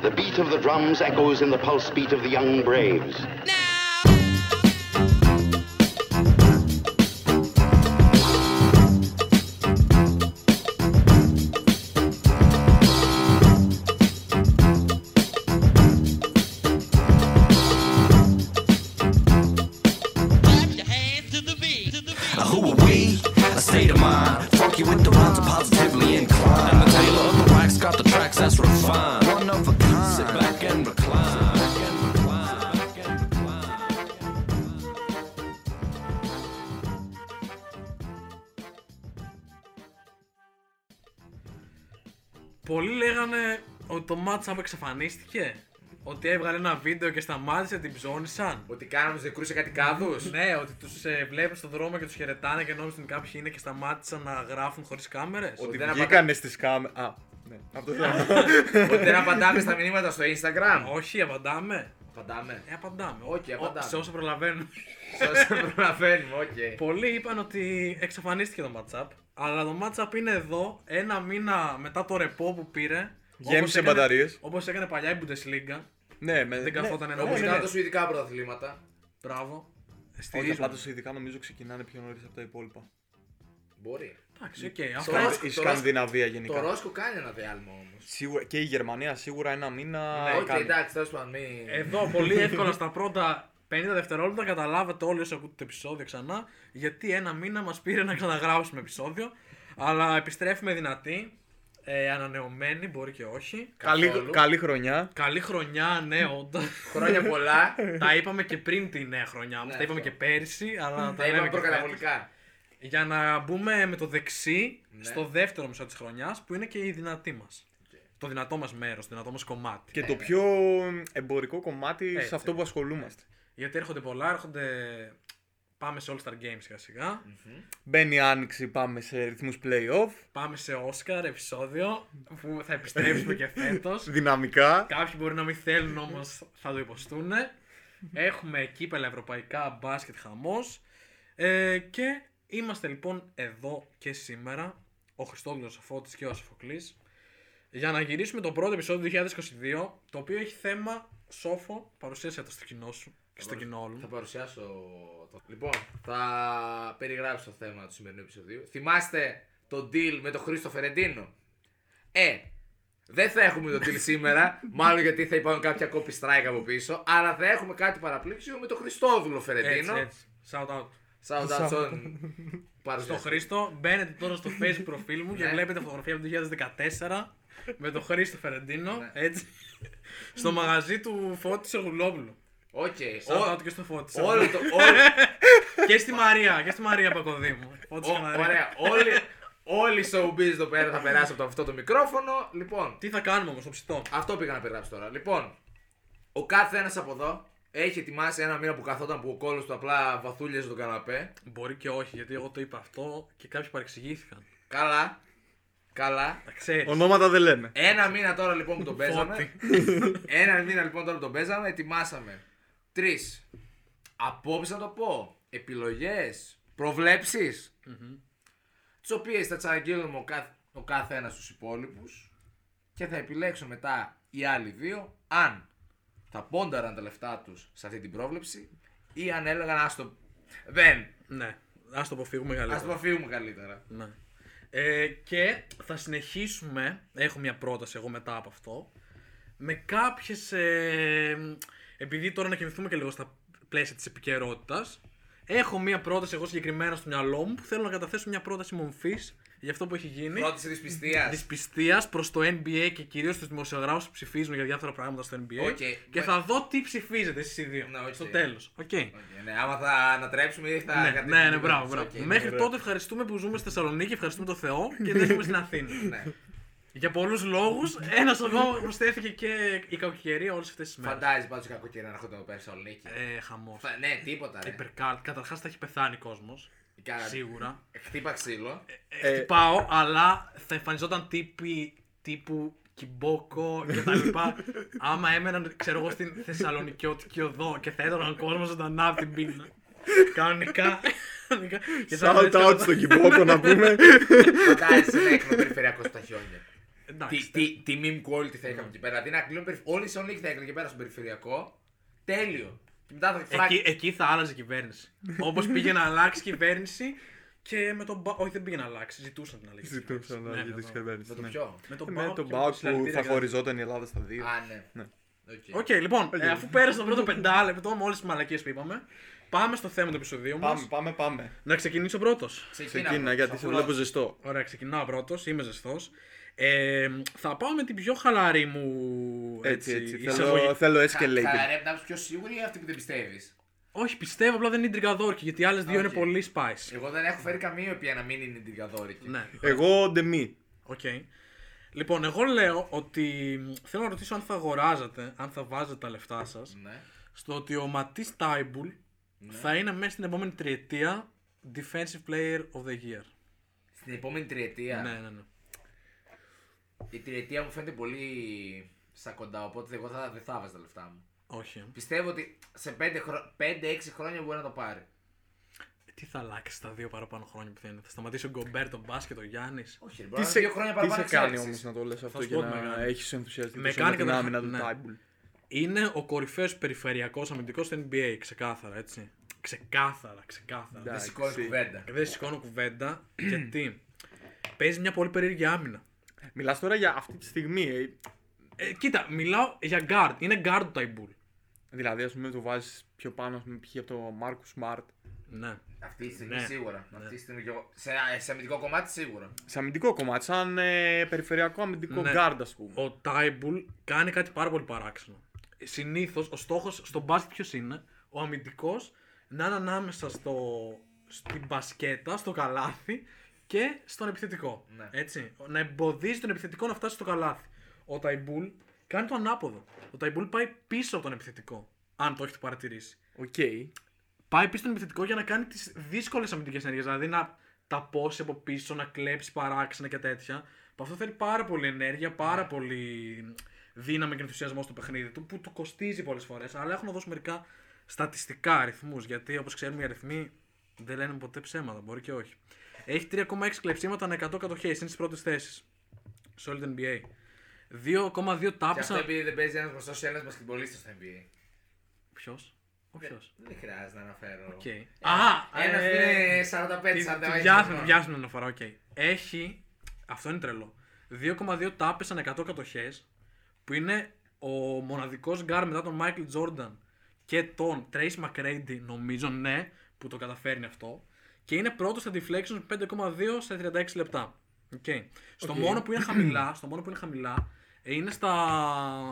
The beat of the drums echoes in the pulse beat of the young braves. Clap your hands to the beat. To the beat. Uh, Who are we? A state of mind. Funky with the rhymes, I'm positively inclined. And the tailor of the racks got the tracks that's refined. One of a kind. Sit back and recline. Πολλοί λέγανε ότι το match εξαφανίστηκε. Ότι έβγαλε ένα βίντεο και σταμάτησε, την ψώνησαν. Ότι κάναμε τους νεκρούς σε κάτι κάδους. Ναι, ότι τους ε, βλέπουν στον δρόμο και τους χαιρετάνε και νόμιζαν ότι κάποιοι είναι και σταμάτησαν να γράφουν χωρίς κάμερες. Ότι Ότι δεν βγήκανε στις κάμερες... Α, ναι. Αυτό θέλω να πω. Ότι δεν απαντάμε στα μηνύματα στο Instagram. Όχι, απαντάμε. Απαντάμε. Ε, απαντάμε. Όχι, Ο- απαντάμε. Σε όσο προλαβαίνουμε. Σας προλαβαίνουμε, οκ. Πολλοί είπαν ότι εξαφανίστηκε το matchup. Αλλά το matchup είναι εδώ ένα μήνα μετά το ρεπό που πήρε. Γέμισε Όπως έκανε- μπαταρίες. όπως έκανε παλιά η Bundesliga. Ναι, με... Δεν καθόταν ένα Όπω μήνα. κάτω σου ειδικά πρωταθλήματα. Μπράβο. Όχι, Στηρίζουμε. απλά τους ειδικά νομίζω ξεκινάνε πιο νωρίς από τα υπόλοιπα. Μπορεί. Εντάξει, οκ. αυτά Τώρα- είναι. Η Ρώσ- το Σκανδιναβία Το γενικά. Ρόσκο κάνει ένα διάλειμμα όμως. Σίγουρα, και η Γερμανία σίγουρα ένα μήνα Ναι, οκ, κάνει. εντάξει, τέλος πάντων. μη- Εδώ πολύ εύκολα στα πρώτα 50 δευτερόλεπτα καταλάβατε όλοι όσοι ακούτε το επεισόδιο ξανά γιατί ένα μήνα μας πήρε να ξαναγράψουμε επεισόδιο αλλά επιστρέφουμε δυνατοί, ε, ανανεωμένοι μπορεί και όχι. Καλή, καθόλου. καλή χρονιά. Καλή χρονιά, ναι όντα. Χρόνια πολλά. τα είπαμε και πριν τη νέα χρονιά, Ναι, τα είπαμε αυτό. και πέρσι αλλά τα Τα λέμε είπαμε και φέτος. προκαταβολικά. Για να μπούμε με το δεξί Ναι. στο δεύτερο μισό της χρονιάς που είναι και η δυνατή μας. Το δυνατό μας μέρος, το δυνατό μας κομμάτι. ναι. Και το πιο εμπορικό κομμάτι Έτσι. σε αυτό που ασχολούμαστε. Γιατί έρχονται πολλά, έρχονται. Πάμε σε All Star Games σιγά σιγά. Μπαίνει η άνοιξη, πάμε σε ρυθμούς play-off, Πάμε σε Oscar επεισόδιο που θα επιστρέψουμε και φέτος. δυναμικά. Κάποιοι μπορεί να μην θέλουν όμως θα το υποστούν. Έχουμε κύπελα ευρωπαϊκά, μπάσκετ χαμός. Ε, και είμαστε λοιπόν εδώ και σήμερα, ο Χριστόδουλος, ο Φώτης και ο Σοφοκλής, για να γυρίσουμε το πρώτο επεισόδιο του 2022, το οποίο έχει θέμα σόφο, παρουσίασε το στο κοινό σου και στο κοινό όλου. Θα παρουσιάσω το. Λοιπόν, θα περιγράψω το θέμα του σημερινού επεισοδίου. Θυμάστε το deal με τον Χρήστο Φερεντίνο. Ε, δεν θα έχουμε το deal σήμερα, μάλλον γιατί θα υπάρχουν κάποια copy strike από πίσω, αλλά θα έχουμε κάτι παραπλήξιο με τον Χριστόδουλο Έτσι, Φερεντίνο. έτσι. Shout out. Shout out στον στο παρουσιαστή. Χρήστο. Μπαίνετε τώρα στο facebook προφίλ μου και Ναι. βλέπετε φωτογραφία από το 2014 με τον Χρήστο Φερεντίνο. Ναι. Έτσι. στο μαγαζί του Φώτης Σεγουλόπουλου. Οκ. Shout ο- out και στο Φώτη. Όλο το. όλο- και στη Μαρία. Και στη Μαρία Πακοδήμου. Φώτη ο- και Μαρία. Ωραία. Όλοι, όλοι οι showbiz εδώ πέρα θα περάσουν από αυτό το μικρόφωνο. Λοιπόν, Τι θα κάνουμε όμως, το ψητό. Αυτό πήγα να περιγράψω τώρα. Λοιπόν, ο κάθε ένας από εδώ έχει ετοιμάσει ένα μήνα που καθόταν που ο κόλος του απλά βαθούλιαζε τον καναπέ. Μπορεί και όχι, γιατί εγώ το είπα αυτό και κάποιοι παρεξηγήθηκαν. Καλά. Καλά. Τα ξέρεις. Ονόματα δεν λέμε. Ένα μήνα τώρα λοιπόν που τον παίζαμε. ένα μήνα λοιπόν τώρα που τον παίζαμε, ετοιμάσαμε. Τρεις. Απόψε να το πω. Επιλογές. Προβλέψεις. Τις οποίες θα τσαγγέλνουμε ο, καθ, ο κάθε ένα στου υπόλοιπους. Και θα επιλέξουν μετά οι άλλοι δύο αν θα πόνταραν τα λεφτά τους σε αυτή την πρόβλεψη ή αν έλεγαν ας το. Δεν. Ναι. Ας το αποφύγουμε Ας καλύτερα. το αφήνουμε καλύτερα. Ναι. Ε, και θα συνεχίσουμε, έχω μια πρόταση εγώ μετά από αυτό, με κάποιες... Ε, επειδή τώρα να κινηθούμε και λίγο στα πλαίσια της επικαιρότητας. έχω μια πρόταση εγώ συγκεκριμένα στο μυαλό μου που θέλω να καταθέσω μια πρόταση μομφής για αυτό που έχει γίνει. Πρόταση τη πιστεία. Δυσπιστίας προς το NBA και κυρίως του δημοσιογράφους που ψηφίζουν για διάφορα πράγματα στο NBA. Οκ. Και θα δω τι ψηφίζετε εσείς οι δύο. Ναι, οκ. Στο τέλος. Ναι, άμα θα ανατρέψουμε ή θα. Ναι, κατευθύνουμε ναι, ναι, μπράβο, τους, μπράβο. οκ. Μέχρι τότε ευχαριστούμε που ζούμε στη Θεσσαλονίκη, ευχαριστούμε τον Θεό και δεν ζούμε στην Αθήνα. Ναι. Για πολλούς λόγους, ένα λόγο προσθέθηκε και η κακοκαιρία όλες αυτές τις μέρες. Φαντάζει πάντω κακοκαιρία να έρχονται εδώ πέρα στο Θεσσαλονίκη. Ε, χαμός. Φα- Ναι, τίποτα. ρε. Υπερκάλ. Καταρχάς θα έχει πεθάνει κόσμος. Καλά. Σίγουρα. Χτύπα ξύλο. Ε, χτυπάω, αλλά θα εμφανιζόταν τύποι τύπου Κιμπόκο και τα λοιπά. άμα έμεναν, ξέρω εγώ, στην Θεσσαλονικιώτικη οδό και θα έδωναν κόσμο ζωντανά από την πύλη. Κανονικά. κανονικά. Και θα Shout βλέπεις out κατά- στον Κιμπόκο να πούμε. Φαντάζεσαι να έχουμε ναι, περιφερειακό στα χιόνια. Τι, Εντάξει. Ε. τι, τι meme quality θα είχαμε εκεί πέρα. Δηλαδή, Την ακλίνο, όλη η Sonic θα έκανε εκεί πέρα στον περιφερειακό. Τέλειο. Και μετά θα φράξει. Εκεί, ε, εκεί θα άλλαζε η κυβέρνηση. Όπως πήγε να αλλάξει η κυβέρνηση και με τον Μπα- Όχι, δεν πήγε να αλλάξει. Ζητούσαν την αλλαγή. της Ζητούσα κυβέρνησης. Ναι, να γίνει βέβαια. τη κυβέρνηση. Με το ναι. πιο. Με τον Με Μπάουκ τον και Μπάουκ τους που θα συλλαλητήρια. χωριζόταν η Ελλάδα στα δύο. Α, ναι. Ναι. Οκ. Οκ, λοιπόν, ε, αφού πέρασε το πρώτο πεντάλεπτο με όλε τις μαλακίες που είπαμε, πάμε στο θέμα του επεισοδίου Πάμε, μας. πάμε, πάμε. Να ξεκινήσω πρώτος. Ξεκίνα γιατί σε βλέπω ζεστό. Ωραία, ξεκινάω πρώτος, είμαι ζεστός. Ε, θα πάω με την πιο χαλαρή μου. Έτσι, Έτσι, έτσι. εισαγωγή. Θέλω, θέλω escalated. Καλά, να είσαι πιο σίγουρη ή αυτή που δεν πιστεύεις. Όχι, πιστεύω απλά δεν είναι τριγκαδόρκη γιατί οι άλλες δύο Οκ. είναι πολύ spice. Εγώ δεν έχω φέρει καμία η οποία να μην είναι την καδόρικη. Ναι, Εγώ ντεμή. οκ. Λοιπόν, εγώ λέω ότι θέλω να ρωτήσω αν θα αγοράζατε, αν θα βάζετε τα λεφτά σας Ναι. στο ότι ο Ματής Τάιμπουλ θα είναι μέσα στην επόμενη τριετία Defensive Player of the Year. Στην επόμενη τριετία. Ναι, ναι, ναι. Η τριετία μου φαίνεται πολύ στα κοντά, οπότε εγώ θα, δεν θα βάζω τα λεφτά μου. Όχι. Πιστεύω ότι σε 5-6 χρο... πέντε, έξι χρόνια μπορεί να το πάρει. Τι θα αλλάξει τα δύο παραπάνω χρόνια που θα είναι. Θα σταματήσει ο Γκομπέρ τον μπάσκετ, ο Γιάννης. Όχι, Τι μπορεί σε, δύο χρόνια τι σε παραπάνω κάνει εξέλιξης. όμως να το λες αυτό σου και πω τι με να κάνει. έχεις ενθουσιαστεί Με τόσο κάνει με την καταρχά- άμυνα του ναι. Τάιμπουλ. Είναι ο κορυφαίος περιφερειακός αμυντικός στο NBA, ξεκάθαρα έτσι. Ξεκάθαρα, ξεκάθαρα. Δεν Εντάξει. σηκώνει κουβέντα. Δεν σηκώνω κουβέντα γιατί παίζει μια πολύ περίεργη άμυνα. Μιλάς τώρα για αυτή τη στιγμή. ε. Ε, κοίτα, μιλάω για guard. Είναι guard του Ταϊμπούλ. Δηλαδή, ας πούμε, το βάζεις πιο πάνω, ας πούμε, π.χ. από το Μάρκου Σμαρτ. Ναι. Αυτή τη στιγμή Ναι. σίγουρα. Αυτή τη στιγμή και εγώ. Σε, σε αμυντικό κομμάτι σίγουρα. Σε αμυντικό κομμάτι, σαν ε, περιφερειακό αμυντικό Ναι. γκάρντ, ας πούμε. Ο Τάιμπουλ κάνει κάτι πάρα πολύ παράξενο. Συνήθως ο στόχος στο μπάσκετ ποιος είναι, ο αμυντικός να είναι ανάμεσα στο, στην μπασκέτα, στο καλάθι και στον επιθετικό. Ναι. Έτσι. Να εμποδίζει τον επιθετικό να φτάσει στο καλάθι. Ο Τάιμπουλ κάνει το ανάποδο. Ο Τάιμπουλ πάει πίσω από τον επιθετικό. Αν το έχετε παρατηρήσει. Οκ. Πάει πίσω στον επιθετικό για να κάνει τις δύσκολες αμυντικές ενέργειες. Δηλαδή να ταπώσει από πίσω, να κλέψει παράξενα και τέτοια. Που αυτό θέλει πάρα πολύ ενέργεια, Ναι. πάρα πολύ δύναμη και ενθουσιασμό στο παιχνίδι του, που του κοστίζει πολλές φορές. Αλλά έχω να δώσω μερικά στατιστικά αριθμούς. Γιατί όπως ξέρουμε, οι αριθμοί δεν λένε ποτέ ψέματα, μπορεί και όχι. Έχει 3,6 κλεψίματα ανά 100 κατοχές, είναι στις πρώτες θέσεις. Σε όλη την NBA. 2,2 Και αυτό τάπησα. επειδή δεν παίζει ένας γνωστός Έλληνα μπασκετμπολίστας στο NBA. Ποιος? Ο ποιος. Δεν χρειάζεται να αναφέρω. Οκ. Α, Ε. Ένας ε, είναι Τη- 45-46. τη χρονών. Βιάζουν, βιάζουν αναφορά, οκ. Έχει, αυτό είναι τρελό, 2,2 τάπες ανά 100 κατοχές, που είναι ο μοναδικός γκάρ μετά τον Michael Jordan και τον Trace McGrady, νομίζω, ναι, που το καταφέρνει αυτό. Και είναι πρώτος στα deflections 5,2 στα 36 λεπτά. Οκ. Στο μόνο που είναι χαμηλά, στο μόνο που είναι χαμηλά, ε, είναι στα,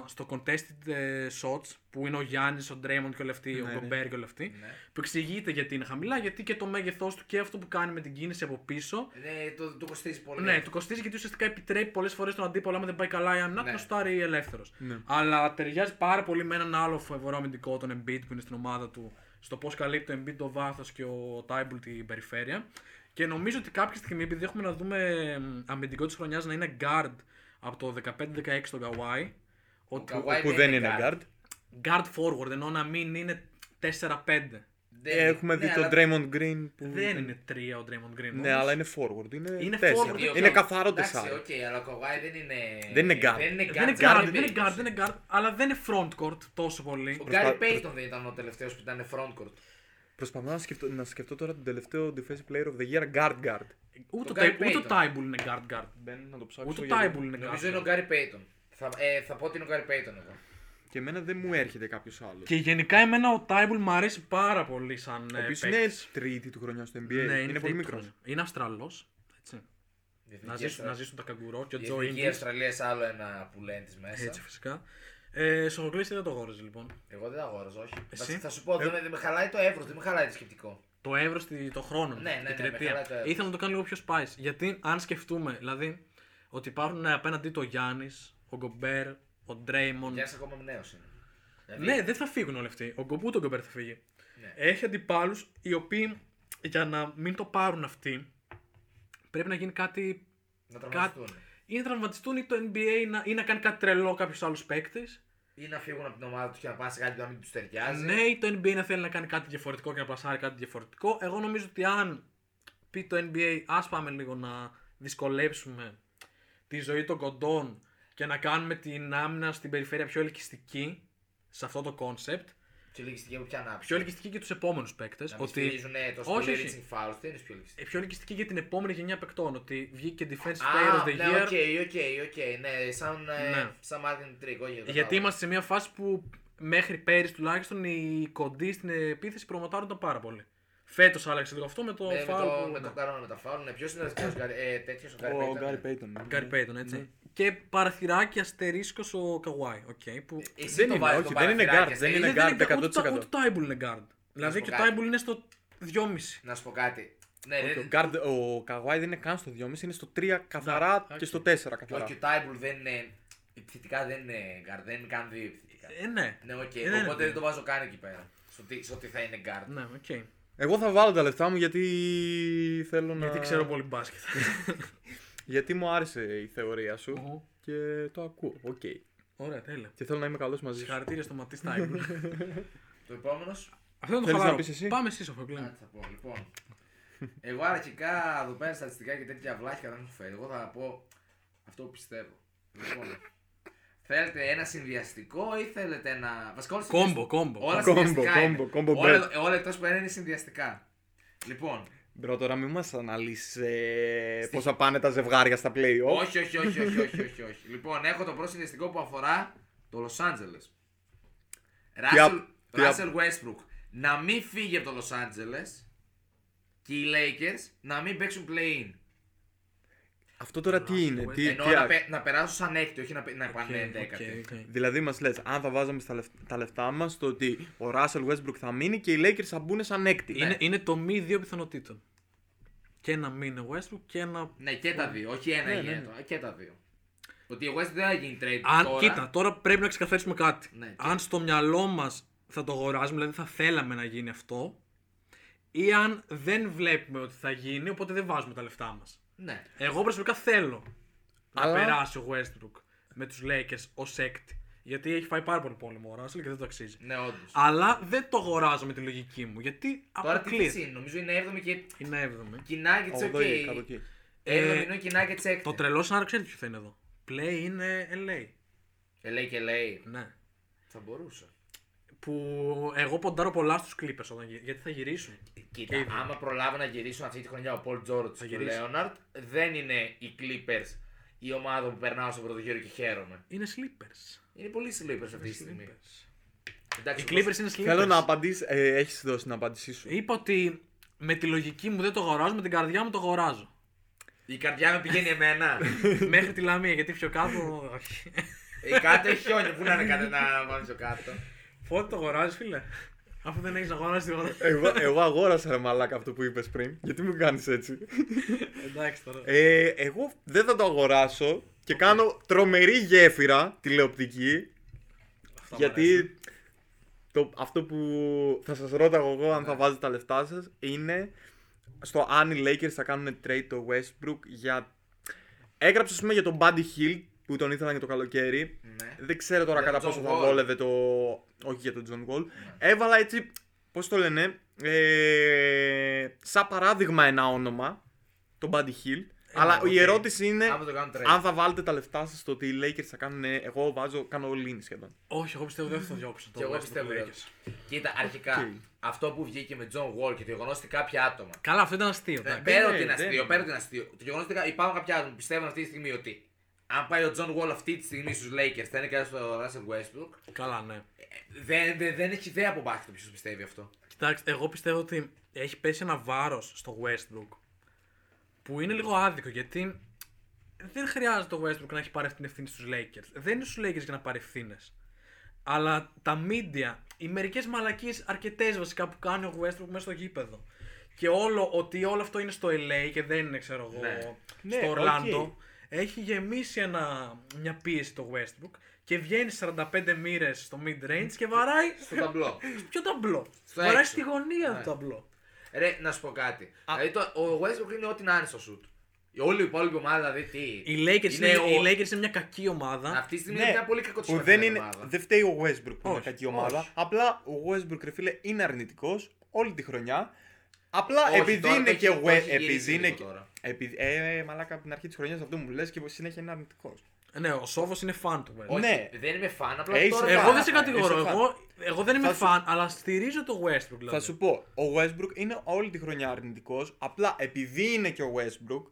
στο contested ε, shots που είναι ο Γιάννης, ο Ντρέιμοντ και όλοι αυτοί, ο Γκομπέρ και όλοι αυτοί. Που εξηγείται γιατί είναι χαμηλά, γιατί και το μέγεθός του και αυτό που κάνει με την κίνηση από πίσω. Ναι, το, το κοστίζει πολύ. Ναι, του κοστίζει γιατί ουσιαστικά επιτρέπει πολλές φορές τον αντίπαλο, άμα δεν πάει καλά η άμυνα, του να στάρει ελεύθερος. Αλλά ταιριάζει πάρα πολύ με έναν άλλο φοβερό αμυντικό, τον Embiid που είναι στην ομάδα του, στο πώς καλύπτει το Embiid το βάθος και ο Τάιμπουλ την περιφέρεια. Και νομίζω ότι κάποια στιγμή, επειδή έχουμε να δούμε εμ, αμυντικό της χρονιάς να είναι guard από το 15-16 τον Κawhi, ότι Kawhi Που δεν είναι γκάρντ. guard forward ενώ να μην είναι 4-5. Δεν- Ε, Έχουμε ναι, δει αλλά τον Draymond Green που. Δεν είναι 3 ο Draymond Green. Ναι, αλλά είναι forward. Είναι Είναι τέσσερα. forward, δύο, Είναι οκ. καθαρό Εντάξει, τεσσάρι. οκ, αλλά ο Καβάη δεν είναι. Δεν είναι guard. Δεν είναι guard. Δεν είναι guard, δεν είναι είναι guard, δεν είναι guard, αλλά δεν είναι frontcourt τόσο πολύ. Ο Προσπα- Γκάρι Πέιτον δεν ήταν ο τελευταίος που ήταν frontcourt. Προσπαθώ να σκεφτώ, να σκεφτώ τώρα τον τελευταίο defensive player of the year guard guard. Ούτε ο ο Gary Ty- ούτε ο Payton. Tybull είναι guard guard. Μπαίνει να το ψάξω. Ούτε ο γιατί- Tybull είναι Νομίζω είναι ο guard. Γκάρι Πέιτον. Θα, ε, θα πω ότι είναι ο Γκάρι Πέιτον εγώ. Και εμένα δεν μου έρχεται κάποιος άλλος. Και γενικά εμένα ο Tybull μου αρέσει πάρα πολύ σαν Ο ε, οποίος παίκτης. είναι τρίτη του χρονιά στο NBA. Ναι, είναι, πολύ τρίτη μικρό. χρονιά. Είναι Αυστραλός. έτσι. Η Εθνική Να ζήσουν, Αυστρα- να ζήσουν τα καγκουρό και ο Η Τζο Εθνική Ίγκλης. Αυστραλίας άλλο ένα που λένε της μέσα. Έτσι φυσικά. Ε, Σοφοκλής δεν το αγόραζε λοιπόν. Εγώ δεν αγόραζα, όχι. Εσύ? Ε- Θα σου πω, δεν, με- δεν με χαλάει το εύρος, δεν με χαλάει το σκεπτικό. Το εύρος, το χρόνο. Ναι, ναι, την ναι, με τριετία. καλά το εύρος. Ήθελα να το κάνω λίγο πιο spice. Γιατί αν σκεφτούμε, δηλαδή, ότι υπάρχουν ε, απέναντί του ο Γιάννης, ο Γκομπέρ, ο Ντρέιμον. Γιάννη ακόμα νέος είναι. Δηλαδή, Ναι, δεν θα φύγουν όλοι αυτοί. Ο Γκομπού τον Γκομπέρ θα φύγει. Ναι. Έχει αντιπάλους οι οποίοι για να μην το πάρουν αυτοί πρέπει να γίνει κάτι. να τραυματιστούν. ή να τραυματιστούν ή το NBA να, ή να κάνει κάτι τρελό κάποιο άλλο παίκτη. Ή να φύγουν από την ομάδα τους και να πάνε σε κάτι που να μην τους ταιριάζει. Ναι, ή το NBA να θέλει να κάνει κάτι διαφορετικό και να πλασάρει κάτι διαφορετικό. Εγώ νομίζω ότι αν πει το NBA, ας πάμε λίγο να δυσκολέψουμε τη ζωή των κοντών και να κάνουμε την άμυνα στην περιφέρεια πιο ελκυστική σε αυτό το κόνσεπτ. Πιο λογιστική από ποια άποψη. Πιο ελκυστική και τους επόμενους παίκτες. Να μην Ότι... στηρίζουν ε, τόσο όχι, όχι. πολύ reaching fouls, δεν είναι πιο λογιστική. Ε, Πιο ελκυστική για την επόμενη γενιά παικτών. Ότι βγήκε Defensive Player Α, of the ναι, Year. οκ, οκ, οκ, ναι, σαν, ε, Ναι. σαν Martin Trigg, όχι, το Γιατί κατάλαβα. είμαστε σε μια φάση που μέχρι πέρυσι τουλάχιστον οι κοντοί στην επίθεση προμοτάρονταν πάρα πολύ. Φέτος άλλαξε λίγο αυτό με το Ε, με φάουλ το, που. με ναι. το κανόνα, με τα φάουλ, ναι, ποιος είναι ο δεύτερος, Γκάρι- ε, τέτοιος, ο Γκάρι Ο Γκάρι Πέιτον, ναι. Πέιτον. ναι. Γκάρι Πέιτον, έτσι. Και παραθυράκι αστερίσκος ο Καουάι. Okay, που... Ε, Εσύ Δεν το είναι, βάζεις Ναι, όχι, το δεν είναι παραθυράκι, guard, δεν εσύ. είναι Ε, δεν guard κα- ούτε τα- 100%. Ούτε το Τάιμπουλ είναι guard. Δηλαδή πω και ο κάτι. Τάιμπουλ είναι στο 2,5. Να σου πω κάτι. Ναι, Όχι, ρε, ο guard- Ο Καβάη δεν είναι καν στο 2,5, είναι στο 3 καθαρά Ναι, και οκ. στο 4 καθαρά. όχι, ο Τάιμπουλ δεν είναι, επιθετικά δεν είναι guard, δεν είναι καν δύο επιθετικά. Ε, ναι. Ναι, οκ, Ε, ναι, οπότε ναι. δεν το βάζω καν εκεί πέρα, στο τι- στο τι θα είναι guard. Ναι, οκ. Εγώ θα βάλω τα λεφτά μου γιατί θέλω να. Γιατί ξέρω πολύ μπάσκετ. Γιατί μου άρεσε η θεωρία σου Οχο. και το ακούω. Οκ. Ωραία, τέλεια. Και θέλω να είμαι καλός μαζί σου. Συγχαρητήρια στο Ματή Τάιμπουλ. Το επόμενος. Αυτό είναι το Θέλεις να χαλάρο. πεις εσύ? Πάμε εσύ, Σοφοκλέν. Κάτι θα πω, λοιπόν. Εγώ αρχικά εδώ πέρα στατιστικά και τέτοια βλάχια δεν μου φέρει. Εγώ θα πω αυτό που πιστεύω. Λοιπόν, θέλετε ένα συνδυαστικό ή θέλετε ένα. Βασικά όλα Κόμπο, συνδυαστικά- κόμπο. Όλα Κόμπο, συνδυαστικά κόμπο, είναι. κόμπο Όλα, όλα εκτός που ένα είναι συνδυαστικά. Λοιπόν, Μπρο, τώρα μην μας αναλύσεις ε, πώ θα πάνε τα ζευγάρια στα playoff. όχι, όχι, όχι, όχι, όχι, όχι, όχι. Λοιπόν, έχω το πρώτο συνδυαστικό που αφορά το Λο Άντζελε. απ- τι απ- Ράσελ Westbrook να μην φύγει από το Λο Άντζελε και οι Lakers να μην παίξουν play-in. Αυτό τώρα τι είναι, τι, Εννοώ τι να, α- πε- να περάσω σαν έκτη, όχι να, πε- να επανέλθω δέκατη. Δηλαδή μας λες, αν θα βάζαμε στα λεφ- τα λεφτά μας το ότι ο Ράσελ Westbrook θα μείνει και οι Lakers θα μπουν σαν έκτη. Ναι. Είναι, είναι το μη δύο πιθανότητων. Και ένα μήνυμα Westbrook και ένα. Ναι, και τα δύο. Όχι ένα γίνεται. Και τα δύο. Ότι ο West δεν θα γίνει trade ναι, Αν, Ε, τώρα. Κοίτα, τώρα πρέπει να ξεκαθαρίσουμε κάτι. Ναι, και- Αν στο μυαλό μας θα το αγοράζουμε, δηλαδή θα θέλαμε να γίνει αυτό, ή αν δεν βλέπουμε ότι θα γίνει, οπότε δεν βάζουμε τα λεφτά μας. Ναι. Εγώ προσωπικά θέλω Αλλά- να περάσει ο Westbrook με τους Lakers ως έκτη. Γιατί έχει φάει πάρα πολύ πόλεμο ο Ράσελ και δεν το αξίζει. Ναι, όντως. Αλλά δεν το αγοράζω με τη λογική μου. Γιατί Τώρα τι θέση αποκλείεται. είναι, νομίζω είναι 7η και Είναι 7η. κοινάκι τη. Ογδοή, κάπου εκεί. Ε, 7η είναι κοινάκι τη Το 6η. τρελό σενάριο ξέρει ποιο θα είναι εδώ. Play είναι LA. Ελέη και Ε, λέει. Ναι. Θα μπορούσε. Που εγώ ποντάρω πολλά στους κλίπε όταν γυ- γιατί θα γυρίσουν. Κοίτα, Ήδη. άμα προλάβουν να γυρίσουν αυτή τη χρονιά ο Πολ Τζόρτ και ο γυρίσει. Λέοναρτ, δεν είναι οι Clippers η ομάδα που περνάω στο πρώτο γύρο και χαίρομαι. Είναι sleepers. Είναι πολύ sleepers αυτή τη στιγμή. Οι Εντάξει, clippers είναι sleepers. Θέλω να απαντήσεις. Ε, έχεις δώσει την απάντησή σου. Είπα ότι με τη λογική μου δεν το αγοράζω, με την καρδιά μου το αγοράζω. Η καρδιά μου πηγαίνει εμένα. Μέχρι τη λαμία, γιατί πιο κάτω. όχι. Ε, κάτω έχει χιόνι, πού να είναι κάτι να βάλεις το κάτω. Πότε το αγοράζεις, φίλε. Αφού δεν έχεις αγοράσει τίποτα. εγώ, εγώ αγόρασα ρε μαλάκα αυτό που είπες πριν. Γιατί μου κάνεις έτσι. Εντάξει τώρα. Ε, εγώ δεν θα το αγοράσω και κάνω τρομερή γέφυρα τηλεοπτική. Αυτά μου αρέσουν. γιατί το, αυτό που θα σας ρώταγα εγώ Ναι. αν θα βάζετε τα λεφτά σας είναι στο αν οι Lakers θα κάνουν trade το Westbrook για... Έγραψε ας πούμε για τον Buddy Hill που τον ήθελαν για το καλοκαίρι. Ναι. Δεν ξέρω τώρα Για κατά πόσο τον John θα Wall. Ναι. βόλευε το... Όχι για τον John Wall. Έβαλα έτσι, πώς το λένε, ε, σαν παράδειγμα ένα όνομα, τον Buddy Hill. Αλλά Ε, ναι, οκ. η ερώτηση είναι Άμα το κάνουν trade. αν θα βάλετε τα λεφτά σας στο ότι οι Lakers θα κάνουν, εγώ βάζω, κάνω all in σχεδόν. Όχι, εγώ πιστεύω δεν θα το διώξω. Και εγώ πιστεύω. ότι έτσι. Κοίτα, αρχικά Οκ. αυτό αυτό που βγήκε με John Wall και το γεγονός ότι κάποια άτομα. Καλά, αυτό ήταν αστείο. εντάξει. Πέρα είναι, ότι είναι δεν αστείο, είναι. πέρα ότι είναι αστείο. Το γεγονός ότι κα- υπάρχουν κάποια άτομα που πιστεύουν αυτή τη στιγμή ότι αν πάει ο John Wall αυτή τη στιγμή στους Lakers, θα είναι κάτι στο Russell Westbrook. ε, Καλά, ναι. Δεν, δεν, δεν έχει ιδέα από μπάσκετ ποιος πιστεύει αυτό. Κοιτάξτε, εγώ πιστεύω ότι έχει πέσει ένα βάρος στο Westbrook που είναι λίγο άδικο γιατί δεν χρειάζεται ο Westbrook να έχει πάρει αυτή την ευθύνη στους Lakers. Δεν είναι στους Lakers για να πάρει ευθύνες. Αλλά τα media, οι μερικές μαλακίες, αρκετές βασικά που κάνει ο Westbrook μέσα στο γήπεδο. Και όλο ότι όλο αυτό είναι στο LA και δεν είναι, ξέρω εγώ, Ναι. Ναι, στο οκ. Orlando. Έχει γεμίσει ένα, μια πίεση το Westbrook και βγαίνει 45 μοίρες στο mid range και βαράει Στο ταμπλό. Ποιο ταμπλό. Στο Βαράει έξω. στη γωνία Ναι. το ταμπλό. Ρε, να σου πω κάτι. Δηλαδή, το, ο Westbrook είναι ό,τι να είναι στο σουτ. Όλη η υπόλοιπη ομάδα, δηλαδή τι. Οι Lakers είναι, ο- οι Lakers είναι μια κακή ομάδα. Αυτή τη στιγμή είναι μια πολύ Ναι. που δεν, κακοτσιμένη είναι, ομάδα. δεν φταίει ο Westbrook που είναι Όχι, κακή ομάδα. Απλά ο Westbrook, ρε φίλε, είναι αρνητικός όλη τη χρονιά. Απλά Όχι, επειδή τώρα είναι το έχει- και το web. έχει γυρίσει Επειδή είναι λίγο και. τώρα. Επειδή, ε, μαλάκα από την αρχή της χρονιάς αυτό μου λες και συνέχεια είναι αρνητικός. Ναι, ο Σόβος είναι φαν του West. Όχι, Ναι. Δεν είμαι φαν, απλά Ε, τώρα. είσαι Εγώ Καλά, δεν σε είσαι κατηγορώ. φαν. Εγώ, εγώ δεν είμαι Θα σου- φαν, αλλά στηρίζω το Westbrook. Δηλαδή. Θα σου πω, ο Westbrook είναι όλη τη χρονιά αρνητικός. Απλά επειδή είναι και ο Westbrook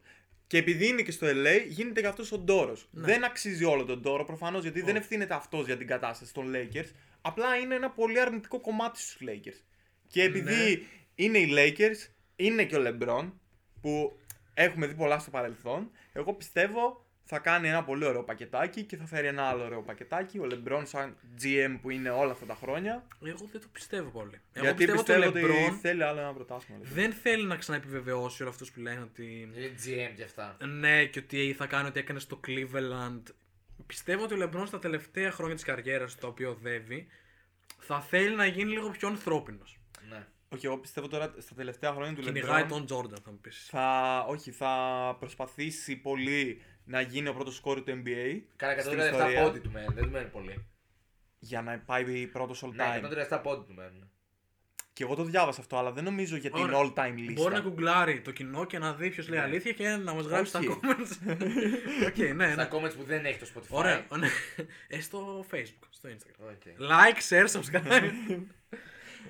και επειδή είναι και στο LA, γίνεται και αυτός ο ντόρος. Δεν αξίζει όλο τον ντόρο προφανώς γιατί δεν ευθύνεται αυτός για την κατάσταση των Lakers. Απλά είναι ένα πολύ αρνητικό κομμάτι στους Lakers. Και επειδή είναι οι Lakers, είναι και ο LeBron που έχουμε δει πολλά στο παρελθόν. Εγώ πιστεύω θα κάνει ένα πολύ ωραίο πακετάκι και θα φέρει ένα άλλο ωραίο πακετάκι. Ο LeBron σαν GM που είναι όλα αυτά τα χρόνια. Εγώ δεν το πιστεύω πολύ. Εγώ Γιατί πιστεύω, ότι ότι ο LeBron θέλει άλλο ένα πρωτάθλημα. δηλαδή. ρε. δεν θέλει να ξαναεπιβεβαιώσει όλο αυτούς που λένε ότι Είναι GM κι αυτά. ναι και ότι θα κάνει ότι έκανε στο Cleveland. Πιστεύω ότι ο LeBron στα τελευταία χρόνια της καριέρας του, το οποίο οδεύει, θα θέλει να γίνει λίγο πιο ανθρώπινος. Ναι. Όχι, εγώ πιστεύω τώρα στα τελευταία χρόνια του Κυνηγάει LeBron τον Jordan θα μου πεις. θα, όχι, θα προσπαθήσει πολύ να γίνει ο πρώτος σκόρη του NBA Κάνα στην 137 ιστορία, πόντι του μένουν, δεν του μένουν πολύ. για να πάει πρώτος all Ναι, time. 137 πόντι του μένουν. Και εγώ το διάβασα αυτό, αλλά δεν νομίζω για την Ωραία. all time λίστα. Ναι. Μπορεί να γκουγκλάρει το κοινό και να δει ποιος λέει αλήθεια και να μας γράψει τα Όχι. comments. Οκ, ναι, Στα ναι. comments που δεν έχει το Spotify. Ωραία. ναι. Ε, στο Facebook, στο Instagram. Οκ. Like, share, subscribe.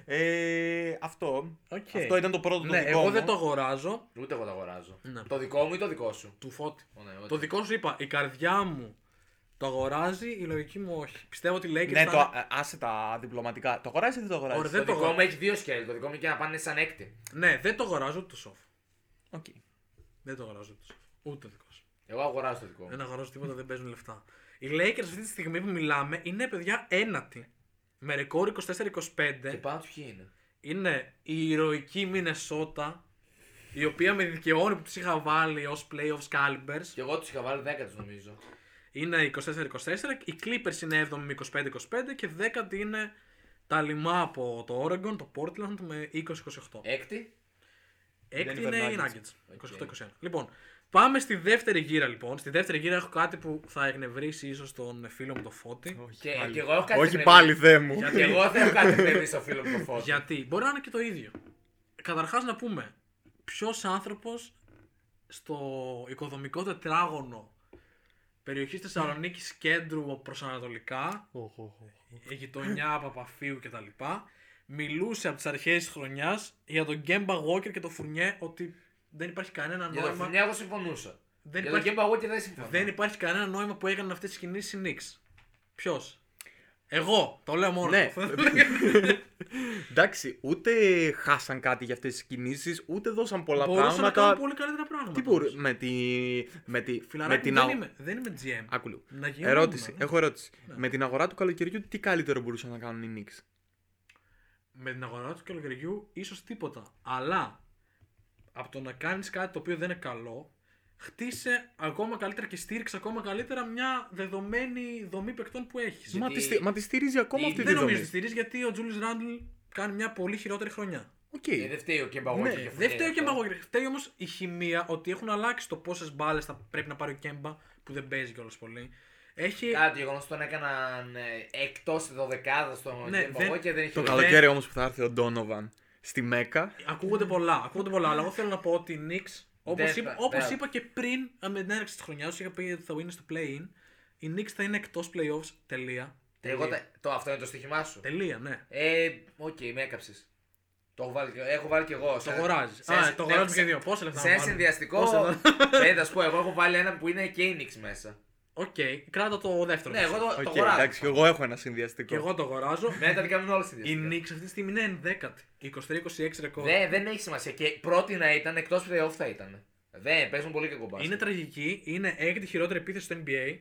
Ε, αυτό. Οκ. Αυτό ήταν το πρώτο Ναι, το δικό εγώ μου. δεν το αγοράζω. Ούτε εγώ το αγοράζω. Ναι. Το δικό μου ή το δικό σου. Του φώτη. Ω, ναι, ό,τι. Το δικό σου είπα, η καρδιά μου το αγοράζει, η λογική μου όχι. Πιστεύω ότι λέει και Ναι, το, α- άσε τα διπλωματικά. Το αγοράζει ή δεν το αγοράζει. Ωραία, Το δεν το δικό μου αγοράζω. έχει δύο σκέλη. Το δικό μου και να πάνε σαν έκτη. Ναι, δεν το αγοράζω ούτε το σοφ. Οκ. Δεν το αγοράζω ούτε το σοφ. Ούτε το δικό σου. Εγώ αγοράζω το δικό μου. Δεν αγοράζω τίποτα, δεν παίζουν λεφτά. Οι Lakers αυτή τη στιγμή που μιλάμε είναι παιδιά ένατη. Με ρεκόρ Και 24-25 πάνω του ποιοι είναι. είναι η ηρωική Μινεσότα, η οποία με δικαιώνει που τους είχα βάλει ως playoffs calibers. Και εγώ τους είχα βάλει 10 νομίζω. Είναι 24-24, οι Clippers είναι 7 με 25-25 και 10 είναι τα λιμά από το Oregon, το Portland με 20-28. Έκτη. Έκτη Denver είναι οι Nuggets. Nuggets, 28-21. Λοιπόν, πάμε στη δεύτερη γύρα λοιπόν. Στη δεύτερη γύρα έχω κάτι που θα εκνευρίσει ίσως τον φίλο μου το Φώτη. Και, και εγώ έχω κάτι Όχι πνεύμα. πάλι, Θεέ μου. Και εγώ δεν έχω κάτι πνεύμα στο φίλο μου το φω. Γιατί μπορεί να είναι και το ίδιο. Καταρχάς να πούμε, ποιος άνθρωπος στο οικοδομικό τετράγωνο περιοχής Θεσσαλονίκης κέντρου προς Ανατολικά η γειτονιά Παπαφίου κτλ. Μιλούσε από τις αρχές της χρονιάς για τον Γκέμπα Walker και τον Φουρνιέ ότι δεν υπάρχει κανένα Για το νόημα. φουρνιά εγώ συμφωνούσα. Δεν Για το υπάρχει- Κέμπα εγώ και δεν συμφωνώ. Δεν υπάρχει κανένα νόημα που έκαναν αυτέ τι κινήσεις οι Knicks. Ποιος. Εγώ, το λέω μόνο. Ναι. μου. Εντάξει, ούτε χάσαν κάτι για αυτές τις κινήσεις, ούτε δώσαν πολλά Μπορούσαν να πράγματα. κάνουν πολύ καλύτερα πράγματα. Τι μπορεί, με, τη, με, τη, με Φιλαράκι, την δεν, αγο- είμαι, δεν είμαι GM. Άκου λίγο. Να γίνουμε, Ερώτηση. ναι. Έχω ερώτηση. Με την αγορά του καλοκαιριού, τι καλύτερο μπορούσαν να κάνουν οι Knicks. Με την αγορά του καλοκαιριού, ίσως τίποτα. Αλλά από το να κάνεις κάτι το οποίο δεν είναι καλό, χτίσε ακόμα καλύτερα και στήριξε ακόμα καλύτερα μια δεδομένη δομή παικτών που έχεις. Μα, τη, στι- μα τη στηρίζει ακόμα η- αυτή τη Ε, Δεν νομίζω δομή. ότι στηρίζει γιατί ο Τζούλις Ράντλ κάνει μια πολύ χειρότερη χρονιά. Οκ. Ε, Δεν φταίει ο Κέμπα εγώ Ναι, και η φουρνιά Δεν φταίει ο γι' Κέμπα αυτό. Walker. Φταίει όμως η χημεία ότι έχουν αλλάξει το πόσες μπάλες θα πρέπει να πάρει ο Κέμπα που δεν παίζει κιόλας πολύ. Έχει. Κάτι το γεγονός τον έκαναν ε, εκτός τη δωδεκάδας στον Ναι, Κέμπα δεν- εγώ και δεν είχε. Το λόγο. καλοκαίρι όμως που θα έρθει ο Ντόνοβαν στη Ε, Μέκα. Ακούγονται πολλά, ακούγονται πολλά, αλλά εγώ θέλω να πω ότι οι Knicks, όπως Δεν είπα, θα- όπως δεν- είπα και πριν α, με την έναρξη τη χρονιά, είχα πει ότι θα είναι στο play-in, οι Knicks θα είναι εκτός playoffs. Τελεία. Ε, Εγώ τα- το- Αυτό είναι το στοίχημά σου. Τελεία, ναι. Ε, οκ, με έκαψες. Το έχω βάλει, και- έχω βάλει και εγώ. Το σε- αγοράζεις. σε- Α, σε- το αγοράζουμε σε- και δύο. Πόσα λεφτά Σε να ένα βάλουμε? συνδυαστικό. Πόσα να- Ε, θα σου πω, εγώ έχω βάλει έναν που είναι και η Νίξ μέσα. Οκ, κράτα το δεύτερο. Ναι, εγώ το, το Οκ, αγοράζω. εντάξει, εγώ έχω ένα συνδυαστικό. Και εγώ το αγοράζω. Ναι, τα δικά μου είναι όλα Η συνδυαστικά. Knicks αυτή τη στιγμή είναι 11η. 23-26 ρεκόρ. Δε, δεν έχει σημασία. Και πρώτη να ήταν εκτός playoff θα ήταν. Δεν, παίζουν πολύ κακό μπάσκετ. Είναι τραγική, είναι έκτη χειρότερη επίθεση στο NBA.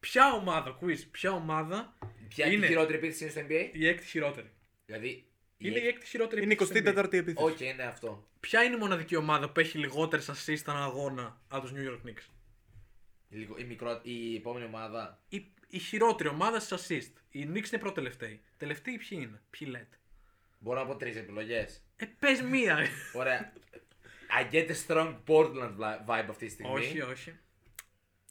Ποια ομάδα, quiz, ποια ομάδα Ποια είναι είναι η χειρότερη επίθεση είναι στο NBA. η έκτη χειρότερη. Δηλαδή. Είναι η έκτη χειρότερη Είναι επίθεση. στο NBA. 24η επίθεση. Όχι, είναι αυτό. Ποια είναι η μοναδική ομάδα που έχει λιγότερες assists στον αγώνα από τους New York Knicks. Η, λιγο- η, μικρό, η επόμενη ομάδα. Η, η χειρότερη ομάδα στι assist. Οι Knicks είναι πρώτη τελευταίοι. Τελευταίοι ποιοι είναι, ποιοι λέτε. Μπορώ να πω τρεις επιλογές. Ε, πες μία. Ωραία. I get a strong Portland vibe αυτή τη στιγμή. όχι, όχι.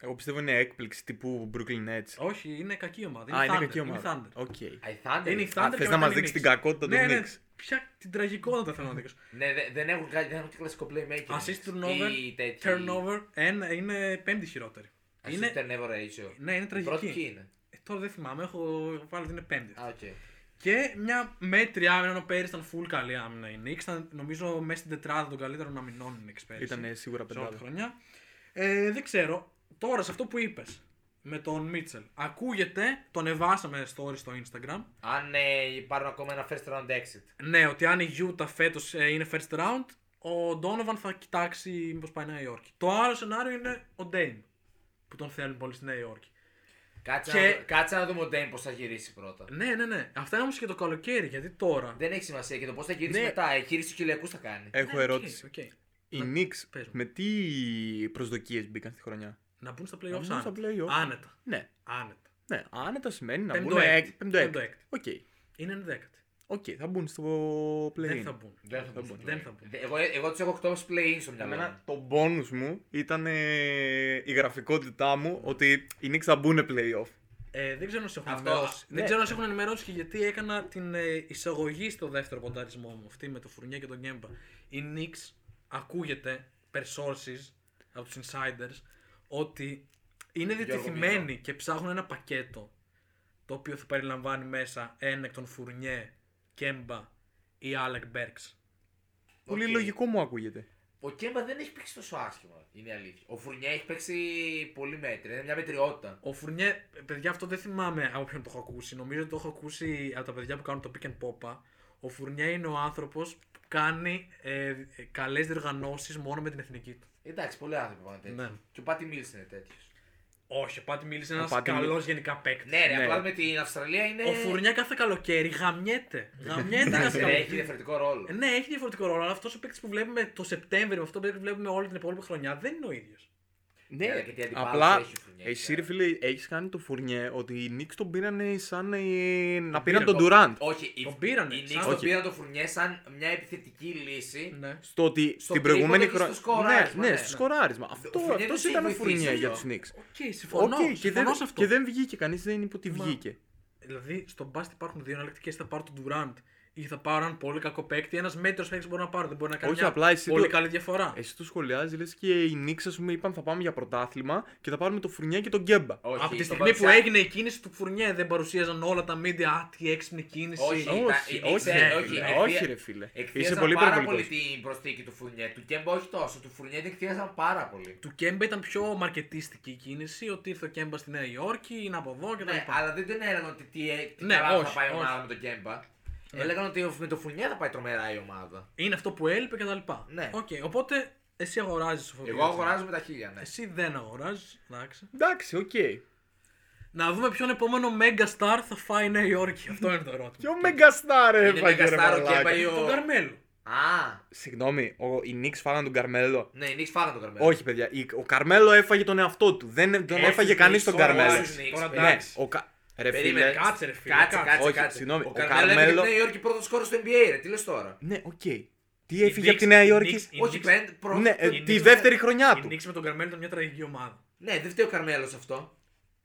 Εγώ πιστεύω είναι έκπληξη τύπου Brooklyn Nets. Όχι, είναι κακή ομάδα. Είναι, Α, Thunder, είναι κακή ομάδα. Είναι Thunder. Ε, Οκ. I Thunder. Είναι η Thunder. θες και να μετά μας είναι η δείξεις Knicks. την κακότητα των ναι, ναι. Knicks. πια την τραγικότητα θέλω να δείξω. Ναι, δε- δεν έχουν, κα- δεν έχουν και κλασικό playmaker. Assist turnover, Ή τέτοιοι- turnover ένα, είναι πέμπτη χειρότερη. Assist Είναι, turnover ratio. ναι, είναι τραγική. Πρώτη ποιοι είναι. Ε, τώρα δεν θυμάμαι, έχω βάλει ότι είναι πέμπτη. Α, οκ. Και μια μέτρη άμυνα, ενώ πέρυσι ήταν full καλή άμυνα η Knicks. Ήταν νομίζω μέσα στην τετράδα των καλύτερων αμυνών η Knicks πέρυσι. Ήταν σίγουρα σε όλη τη πεντάδα. χρονιά. Ε, δεν ξέρω, τώρα σε αυτό που είπες με τον Μίτσελ. Ακούγεται, τον εβάσαμε story στο Instagram. Αν ε, πάρουν ακόμα ένα first round exit. Ναι, ότι αν η Utah φέτος είναι first round, ο Donovan θα κοιτάξει μήπως πάει Νέα Υόρκη. Το άλλο σενάριο είναι ο Dame που τον θέλουν πολύ στη Νέα Υόρκη. Κάτσε, Και- να, δω- κάτσε να δούμε ο Dame πώς θα γυρίσει πρώτα. Ναι, ναι, ναι. Αυτά είναι όμως και το καλοκαίρι, γιατί τώρα. Δεν έχει σημασία και το πώς θα γυρίσει Ναι. μετά. Η χείριση του Κυλιακού θα κάνει. Έχω Ναι, ερώτηση. οκ, οκ. Οι Knicks ε, πες μου. με τι προσδοκίες μπήκαν στη χρονιά. Να μπουν στα playoffs μπουν στα άνετα. play-off. Άνετα. Ναι, Άνετα. ναι. Άνετα σημαίνει να μπουν. Πέμπτο-έκτη. εκ- πέμπτο-έκτη. Πέμπτο-έκτη. Οκ. Είναι ενδέκατη. Οκ, θα μπουν στο play. Δεν θα μπουν. Δεν θα μπουν. ναι. Δεν θα μπουν. Δε- Εγώ, εγώ τους έχω 8 play-in στο μυαλό. μου. Εμένα το bonus μου ήταν ε, η γραφικότητά μου ότι οι Knicks θα μπουν playoff. Ε, δεν ξέρω αν σε έχουν Αυτό- ενημερώσει. ναι. Δεν ξέρω αν σε έχουν ενημερώσει και γιατί έκανα την ε, εισαγωγή στο δεύτερο πονταρισμό μου. Αυτή με το Φουρνιέ και τον Γκέμπα. Η Knicks ακούγεται per sources από τους insiders ότι είναι διατεθειμένοι και ψάχνουν ένα πακέτο το οποίο θα περιλαμβάνει μέσα ένα εκ των Φουρνιέ, Γκέμπα ή Άλεκ Μπέρξ. Πολύ Οκ. λογικό μου ακούγεται. Ο Κέμπα δεν έχει παίξει τόσο άσχημα. Είναι η αλήθεια. Ο Φουρνιά έχει παίξει πολύ μέτρη. Είναι μια μετριότητα. Ο Φουρνιέ, παιδιά, αυτό δεν θυμάμαι από ποιον το έχω ακούσει. Νομίζω ότι το έχω ακούσει από τα παιδιά που κάνουν το pick and popa. Ο Φουρνιέ είναι ο άνθρωπος που κάνει ε, καλές διοργανώσεις μόνο με την εθνική του. Εντάξει, πολλοί άνθρωποι πάνε τέτοιοι. Ναι. Και ο Πάτι Μίλ είναι τέτοιος. Όχι, ο Πάτι μίλησε ένα Πάτι καλό γενικά παίκτης. Ναι, ρε, Ναι. απλά με την Αυστραλία είναι. Ο Φουρνιέ κάθε καλοκαίρι γαμιέται. Γαμιέται κάθε Εντάξει, ρε, ναι, έχει καλοκαίρι. διαφορετικό ρόλο. Ναι, έχει διαφορετικό ρόλο, αλλά αυτός ο παίκτης που βλέπουμε το Σεπτέμβριο με αυτό που βλέπουμε όλη την υπόλοιπη χρονιά δεν είναι ο ίδιος. Ναι, αλλά και τι αντιπάλους απλά έχεις ο Φουρνιέ, εσύ ξέρω. ρε φίλε έχεις κάνει το φουρνιέ ότι οι Knicks τον πήραν σαν ε, να πήραν τον πήραν. Durant. Όχι, η- Τον πήρανε, Οι σαν- Νίξ τον Όχι. πήραν το Φουρνιέ σαν μια επιθετική λύση. Ναι. Στο ότι Στο στην τρίποντο προηγούμενη και στο χρονιά. σκοράρισμα, ναι, ναι. στο σκοράρισμα. Αυτό Φουρνιέ δεν αυτός έχει ήταν ο βοηθήσει Φουρνιέ για εδώ. τους Knicks. Οκ, συμφωνώ. Οκ, και, συμφωνώ δεν, σε αυτό. και δεν βγήκε κανείς, δεν είπε ότι Μα- βγήκε. Δηλαδή, στον μπάσκετ υπάρχουν δύο εναλλακτικές. Θα πάρω τον Durant ή θα πάρω έναν πολύ κακό παίκτη. Ένας μέτρος παίκτης μπορεί να πάρω. Δεν μπορεί να κάνει Όχι, μια απλά εσύ πολύ το- καλή διαφορά. Εσύ το σχολιάζει, λες και οι Knicks, ας πούμε, είπαν θα πάμε για πρωτάθλημα και θα πάρουμε το Φουρνιέ και τον Γκέμπα. Όχι, Από τη τον στιγμή που παρουσιά- έγινε η κίνηση του Φουρνιέ, δεν παρουσίαζαν όλα τα media. Α, τι έξυπνη κίνηση. Όχι, Όχι, τα- οι Knicks, όχι, ε, ρε όχι, φίλε, εκθία- όχι, ρε φίλε. Είσαι Εκθίασαν πολύ πάρα πολύ υπερβολικός. την προσθήκη του Φουρνιέ. Του Κέμπα όχι τόσο. Του Φουρνιέ την εκθίασαν πάρα πολύ. Του Κέμπα ήταν πιο μαρκετίστικη η κίνηση. Ότι ήρθε ο Κέμπα στη Νέα Υόρκη, είναι από εδώ κτλ. Ναι, αλλά δεν τον έλεγαν ότι τι, τι Ναι, καλά όχι, θα πάει η ομάδα όχι. με τον Κέμπα. Έλεγαν ότι με τον Φουρνιέ θα πάει τρομερά η ομάδα. Είναι αυτό που έλειπε κτλ. Ναι. Οκ, οπότε εσύ αγοράζεις. Εγώ αγοράζω με τα χίλια, ναι. Εσύ δεν αγοράζεις. Εντάξει. Εντάξει, οκ. Να δούμε ποιον επόμενο Mega Star θα φάει η Νέα Υόρκη. αυτό είναι το ερώτημα. Ποιο μεγκαστάρ Είναι έφαγε ρε μεγαστάρο Κέμπα ή μαλάκα. ο... Τον Καρμέλο. Α, Συγγνώμη, ο, οι Knicks φάγαν τον Καρμέλο. ναι, οι Νίξ φάγανε τον Καρμέλο. Όχι, παιδιά. η- Ο Καρμέλο έφαγε τον εαυτό του. Δεν τον Όχι, έφαγε στους κανείς Knicks, τον τώρα Καρμέλο. στους Knicks, Τώρα παιδιά. Ναι, εντάξει. ο Κα... Ρε Περίμενε, φίλε. Κάτσε, ρε φίλε. Κάτσε, κάτσε, Όχι, κάτσε. συγγνώμη, Ο, ο Καρμέλο έφυγε από Καρμέλο- τη Νέα Υόρκη πρώτος σκόρος στο NBA, ρε. Τι λες τώρα. Ναι, οκ. Τι Οι έφυγε από τη Knicks- Νέα οι Υόρκη. Knicks- οι Όχι, Knicks- πέντε, πρώτο. Ναι, ε, οι τη Knicks- δεύτερη χρονιά Η του. Νίξ με τον Καρμέλο ήταν μια τραγική ομάδα. Ναι, δεν φταίει ο Καρμέλος αυτό.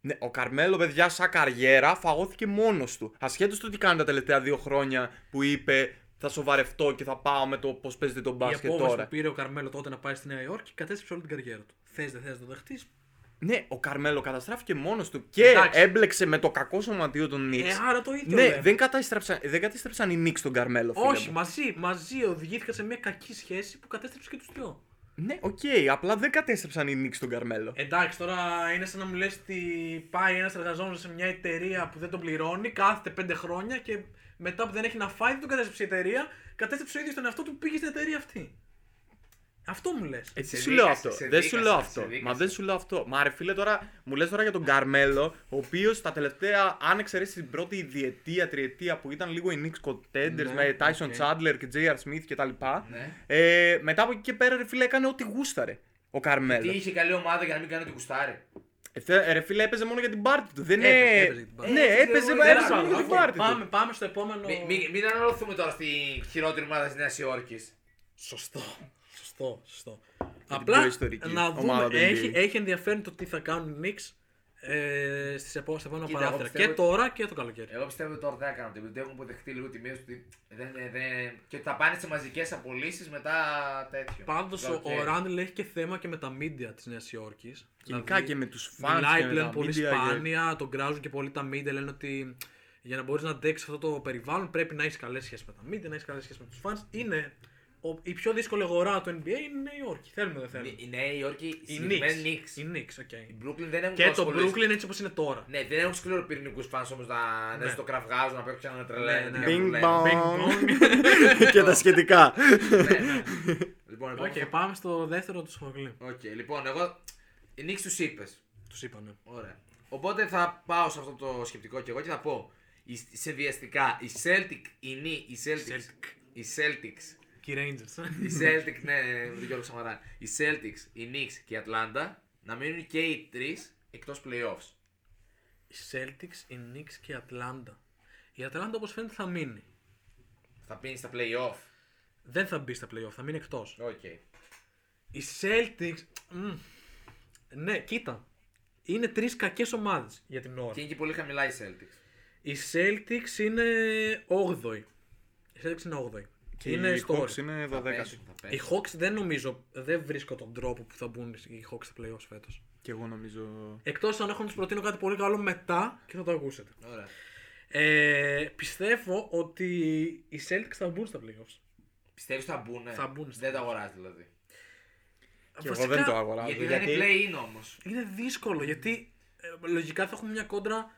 Ναι, ο Καρμέλος, παιδιά, σαν καριέρα, φαγώθηκε μόνος του. Ασχέτως του τι κάνει τα τελευταία δύο χρόνια που είπε θα σοβαρευτώ και θα πάω με το πώς παίζεται τον Η μπάσκετ απόφαση τώρα. που πήρε ο Καρμέλο τότε να πάει στη Νέα Υόρκη κατέστρεψε όλη την καριέρα του. Θες, δεν θες να το δεχτείς. Ναι, ο Καρμέλο καταστράφηκε μόνος του και Εντάξει. έμπλεξε με το κακό σωματείο των Νίξ. Ε, άρα το ίδιο. ναι, λέμε. δεν κατέστρεψαν, δεν κατέστρεψαν οι Νίξ τον Καρμέλο. Φίλε Όχι, μου. μαζί, μαζί οδηγήθηκα σε μια κακή σχέση που κατέστρεψε και τους δυο. Ναι, οκ, απλά δεν κατέστρεψαν οι Νίξ τον Καρμέλο. Εντάξει, τώρα είναι σαν να μου λες ότι πάει ένας εργαζόμενος σε μια εταιρεία που δεν τον πληρώνει, κάθεται πέντε χρόνια και μετά που δεν έχει να φάει, δεν τον κατέστρεψε η εταιρεία, κατέστρεψε ο ίδιος τον εαυτό του που πήγε στην εταιρεία αυτή. Αυτό μου λες. Έτσι Σε σου λέω δίκασε, αυτό. σε Δεν σου δίκασε, λέω σε αυτό. Μα δίκασε. δεν σου λέω αυτό. Μα ρε φίλε τώρα, μου λες τώρα για τον Καρμέλο, ο οποίος τα τελευταία, αν εξαιρέσει την πρώτη διετία, τριετία που ήταν λίγο οι Knicks contenders Ναι, με Tyson οκ. Chandler και JR Smith κτλ. Ναι. Ε, μετά από εκεί και πέρα, ρε φίλε, έκανε ό,τι γούσταρε ο Τι Καρμέλο. είχε καλή ομάδα για να μην κάνει ότι κουστάρει. Ε, θε- ε, ρε φίλε, έπαιζε μόνο για την πάρτη του. Δεν Έπαιζε, ε, έπαιζε για την πάρτη. Ναι, Έπαιζε έπαιζε, μόνο μα για έπαιζε την μόνο για την Οκ, πάρτη του. πάμε, πάμε στο επόμενο. Μη- μη- Μην αναλωθούμε τώρα στη χειρότερη ομάδα της Νέας Υόρκης. Σωστό. Σωστό, σωστό. πιο ιστορική να ομάδα δούμε, του NBA. έχει, έχει ενδιαφέρον το τι θα κάνουν οι Knicks ε, στις επόμενες, στα επόμενα Κοίτα, παράθυρα. εγώ πιστεύω- Και τώρα και το καλοκαίρι. Εγώ πιστεύω ότι τώρα δεν θα έκαναν τίποτα. ότι Έχουν αποδεχτεί λίγο τη μείωση ότι δεν, δεν... και ότι θα πάνε σε μαζικές απολύσεις μετά τέτοιο. ε. Πάντως ο, Καλοκαίρι. ο Ράνιλ έχει και θέμα και με τα media της Νέας Υόρκης. Δηλαδή, Γενικά και με τους fans και Μιλάει με πλέον τα πολύ media και- σπάνια, τον κράζουν και πολύ τα media. Λένε ότι για να μπορείς να αντέξεις αυτό το περιβάλλον πρέπει να έχεις καλές σχέσεις με τα media, να έχεις καλές σχέσεις με τους fans. Είναι ο- η πιο δύσκολη αγορά του NBA είναι η Νέα Υόρκη. Θέλουμε δεν θέλουμε. Η- Η Νέα Υόρκη Η συγκεκριμένοι Knicks. Νίξ. Η Οι Knicks, οκ. Brooklyn δεν έχουν Και τόσο το πολλούς- Brooklyn έτσι όπως είναι τώρα. Ναι, δεν έχουν σκληροπυρηνικού φαν όμως να, να Ναι. τους το κραυγάζουν, να παίξουν να τρελαίνουν. Ναι, ναι. Bing Big bong Bang. και τα σχετικά. Ναι, Λοιπόν, λοιπόν, Οκ, πάμε στο δεύτερο του σχολείου. Οκ, λοιπόν, εγώ. Η Νίξ τους είπες. Τους είπανε. Ωραία. Οπότε θα πάω σε αυτό το σκεπτικό και εγώ και θα πω. η- Σε βιαστικά, η Celtic, η Νι, η Celtics. Celtic. Οι Celtics. Και οι Rangers. ε. Οι Celtics, ναι, με τον Γιώργο Σαμαρά. Οι Celtics, η Knicks και η Atlanta να μείνουν και οι τρεις εκτός playoffs. Οι Celtics, οι Knicks και η Ατλάντα. Η Ατλάντα όπως φαίνεται θα μείνει. Θα πίνει στα playoff. Δεν θα μπει στα playoff, θα μείνει εκτός. Οκ. Οι Celtics... μμ. Ναι, κοίτα. Είναι τρεις κακές ομάδες για την ώρα. Και είναι και πολύ χαμηλά οι Celtics. Οι Celtics είναι 8η. Οι Celtics είναι 8η. Και είναι οι στο Hawks όριο. Λοιπόν, είναι 12. Πέσουν, θα πέσουν. Οι Hawks δεν νομίζω, δεν βρίσκω τον τρόπο που θα μπουν οι Hawks στα playoffs φέτος. Και εγώ νομίζω. Εκτός αν έχω να τους προτείνω κάτι πολύ καλό μετά και θα το ακούσετε. Ωραία. Ε, πιστεύω ότι οι Celtics θα μπουν στα playoffs. Πιστεύεις θα μπουν. Θα μπουν στα Δεν τα αγοράζει δηλαδή. Και εγώ δεν το αγοράζω. Γιατί, δεν είναι play-in όμως. Είναι δύσκολο γιατί ε, λογικά θα έχουμε μια κόντρα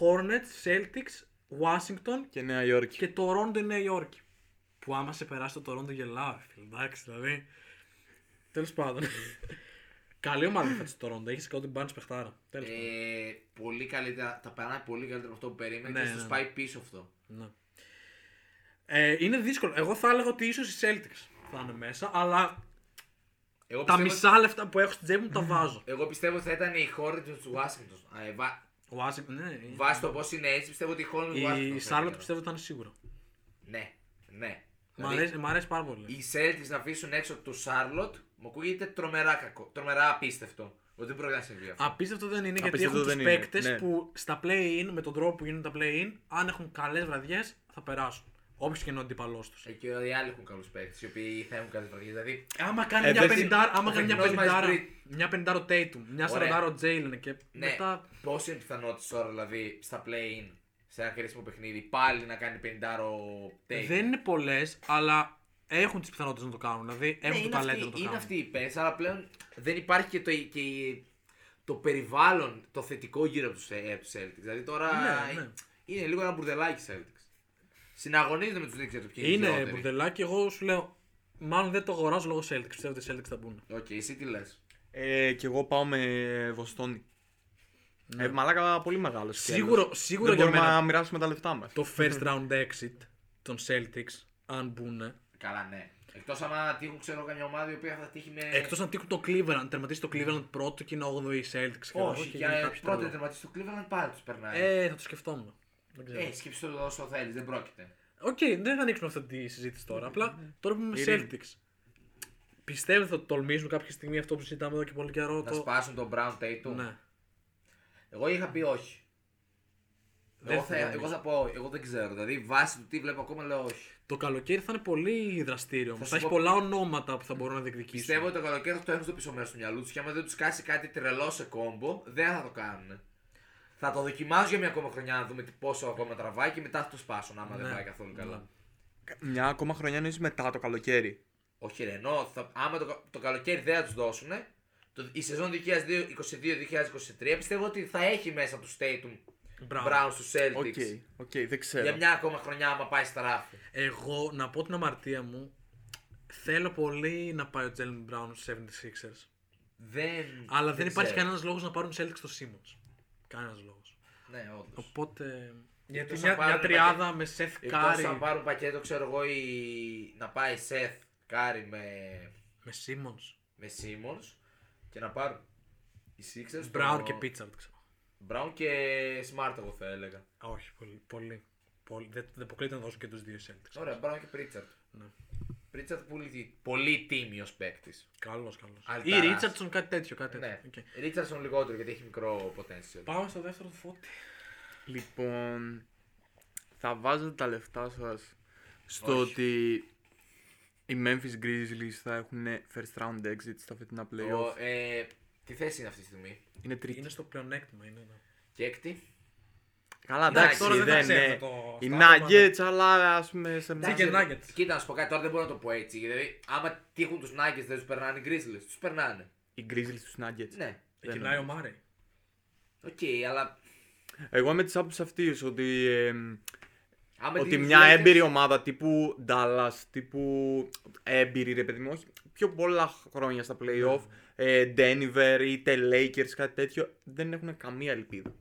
Hornets, Celtics, Washington Και Νέα Υόρκη. και Toronto η Νέα Υόρκη. Που άμα σε περάσει το Toronto γελάω, ρε φίλε. Εντάξει, δηλαδή. Τέλος πάντων. Καλή ομάδα φέτος το Toronto. Έχει Scottie Barnes παιχτάρα. Τέλος πάντων. Ε, πολύ καλύτερα, τα περνάει πολύ καλύτερα από αυτό που περίμενε Ναι, και ναι. του πάει πίσω αυτό. Ναι. Ε, είναι δύσκολο. Εγώ θα έλεγα ότι ίσως οι Celtics θα είναι μέσα, αλλά Εγώ τα πιστεύω, μισά λεφτά που έχω στην τσέπη μου τα βάζω. εγώ πιστεύω ότι θα ήταν οι χώρε του Washington. Α, ε, βα- Washington, ναι. Βάσει το πώς είναι έτσι, πιστεύω ότι οι χώρε του Washington. Η θα Σάρλοτ ήταν. πιστεύω ήταν σίγουρα. Ναι, ναι. Μ' Δηλαδή, αρέσει, μ' αρέσει πάρα πολύ. οι Celtics να αφήσουν έξω του Σάρλοτ μου ακούγεται τρομερά κακό. Τρομερά απίστευτο. Ότι δεν πρόκειται να συμβεί αυτό. Απίστευτο δεν είναι γιατί Απίστευτο έχουν τους δεν είναι, παίκτες ναι. που στα play-in, με τον τρόπο που γίνουν τα play-in, αν έχουν καλές βραδιές θα περάσουν. Όποιος και είναι ο αντιπαλός τους. Εκεί Ε, οι άλλοι έχουν καλούς παίκτες, οι οποίοι θα έχουν καλές βραδιές. Δηλαδή, Άμα κάνει Ε, μια δεν- πεντάρα, άμα ο κάνει μια τεχνός μας πεντάρα, βρει- μια πεντάρα ο Tatum, μια Ωραία. σαραντάρα ο Jalen και ναι, μετά... πόση είναι πιθανότητα τώρα δηλαδή στα play-in, σε ένα κρίσιμο παιχνίδι, πάλι να κάνει 50 ο Tatum. Δεν είναι πολλές, αλλά έχουν τις πιθανότητες να το κάνουν. Δηλαδή Ναι, έχουν το είναι ταλέντο αυτοί- να το Είναι κάνουν. αυτή η πες, αλλά πλέον δεν υπάρχει και το, και η- το περιβάλλον, το θετικό γύρω από τους Celtics. Δηλαδή τώρα Ναι, ναι. είναι λίγο ένα μπουρδελάκι Celtics. Συναγωνίζεται με τους Knicks για το ποιοι είναι. οι Είναι χειρότεροι. μπουρδελάκι, εγώ σου λέω, μάλλον δεν το αγοράζω λόγω Celtics, πιστεύω ότι οι Celtics θα μπουν. Οκ, εσύ τι λες. Ε, και εγώ πάω με Βοστόνη. Ε, μαλάκα πολύ μεγάλος. Ναι. Σίγουρο, σίγουρο Δεν για μπορούμε μένα να μοιράσουμε τα λεφτά μας. το first round exit των Celtics, αν μπουν. Καλά, ναι. Εκτός άμα τύχουν, ξέρω, καμιά ομάδα η οποία θα τύχει με. Εκτός αν τύχουν το Cleveland, τερματίσει το Cleveland πρώτο και είναι 8η η Celtics. ξέρω εγώ, Όχι, και για γίνει να κάποιο πρώτο τρελό. τερματίσει του Cleveland πάλι τους περνάει. Ε, Ε, θα το σκεφτόμουν. Δεν ξέρω. σκέψτε το όσο θέλεις, δεν πρόκειται. Οκ, δεν θα ανοίξουμε αυτή τη συζήτηση τώρα. Ε. Απλά τώρα που είμαι Ειρήνη. Celtics. Πιστεύετε ότι θα τολμήσουν κάποια στιγμή αυτό που συζητάμε εδώ και πολύ καιρό. Να το- σπάσουν τον Brown Tatum. Ναι. Εγώ είχα πει όχι. Δεν Εγώ θα, θυμάμαι. εγώ θα πω, εγώ δεν ξέρω. Δηλαδή, βάσει του τι βλέπω ακόμα, λέω όχι. Το καλοκαίρι θα είναι πολύ δραστήριο. όμως. σου Θα έχει πω- πολλά ονόματα που θα μπορούν να διεκδικήσουν. Πιστεύω ότι το καλοκαίρι θα το έχουν στο πίσω μέρος του μυαλού τους και άμα δεν τους κάσει κάτι τρελό σε κόμπο, δεν θα το κάνουν. Θα το δοκιμάζουν για μια ακόμα χρονιά να δούμε τι- πόσο ακόμα τραβάει και μετά θα το σπάσουν άμα δεν Ναι. πάει καθόλου καλά. Μια ακόμα χρονιά εννοείς μετά το καλοκαίρι. Όχι, ρε, ενώ θα, άμα το, κα- το καλοκαίρι δεν θα τους δώσουν, το, η σεζόν 2022-2023 πιστεύω ότι θα έχει μέσα του Tatum Brown. Brown στου Οκ, Celtics. οκ, δεν ξέρω. Για μια ακόμα χρονιά, άμα πάει στα ράφη. Εγώ να πω την αμαρτία μου. Θέλω πολύ να πάει ο Jalen Brown στους 76ers. Δεν. Αλλά δεν, υπάρχει ξέρω. κανένας λόγος να πάρουν Celtics στο Simmons. Κανένας λόγος. Ναι, όντως. Οπότε. Γιατί Εκτός μια, αν πάρουν μια τριάδα με Seth Εκτό αν Curry. Ε, πάρουν πακέτο, ξέρω εγώ, η... να πάει Seth Curry με, Με Simmons. με Simmons και να πάρουν οι Sixers. Brown το- και Pitchard, ξέρω. Brown και Smart, εγώ θα έλεγα. Α, Όχι, πολύ. πολύ, πολύ. Δεν, δεν αποκλείεται να δώσουν και τους δύο οι Celtics. Ναι. Ωραία, Brown και Pritchard. Ρίτσαρτ πολύ, πολύ τίμιος παίκτης. Καλός, καλός. Ή Αλταράς. Ρίτσαρτσον, κάτι τέτοιο. Κάτι Ναι. τέτοιο. Οκ. Ρίτσαρσον λιγότερο γιατί έχει μικρό potential. Πάμε στο δεύτερο του φώτη. Λοιπόν, θα βάζετε τα λεφτά σας στο Όχι. ότι οι Memphis Grizzlies θα έχουν first round exit στα φετινά playoff. Ο, ε, τι θέση είναι αυτή τη στιγμή. Είναι τρίτη. Είναι στο πλεονέκτημα. Είναι ένα. Και έκτη. Καλά, Εντάξει, εντάξει, τώρα δεν δεν, θα ξέρουμε είναι. το- Οι στα Nuggets, αλλά ας πούμε σε μια. Chicken Nuggets. Κοίτα, να σου πω κάτι, τώρα δεν μπορώ να το πω έτσι. Δηλαδή, άμα τύχουν τους Nuggets δεν τους περνάνε οι Grizzlies. Τους περνάνε. Οι Grizzlies στους Nuggets. Ναι. Δεν Κυλάει ο Μάρεϊ. Οκ, αλλά. Εγώ είμαι της άποψης αυτής ότι, εμ, Άμα ότι τύχουν τους μια Lakers- έμπειρη ομάδα τύπου Dallas, τύπου έμπειρη ρε παιδί μου, όχι πιο πολλά χρόνια στα playoff, ε, Denver, είτε Lakers, κάτι τέτοιο, δεν έχουν καμία ελπίδα.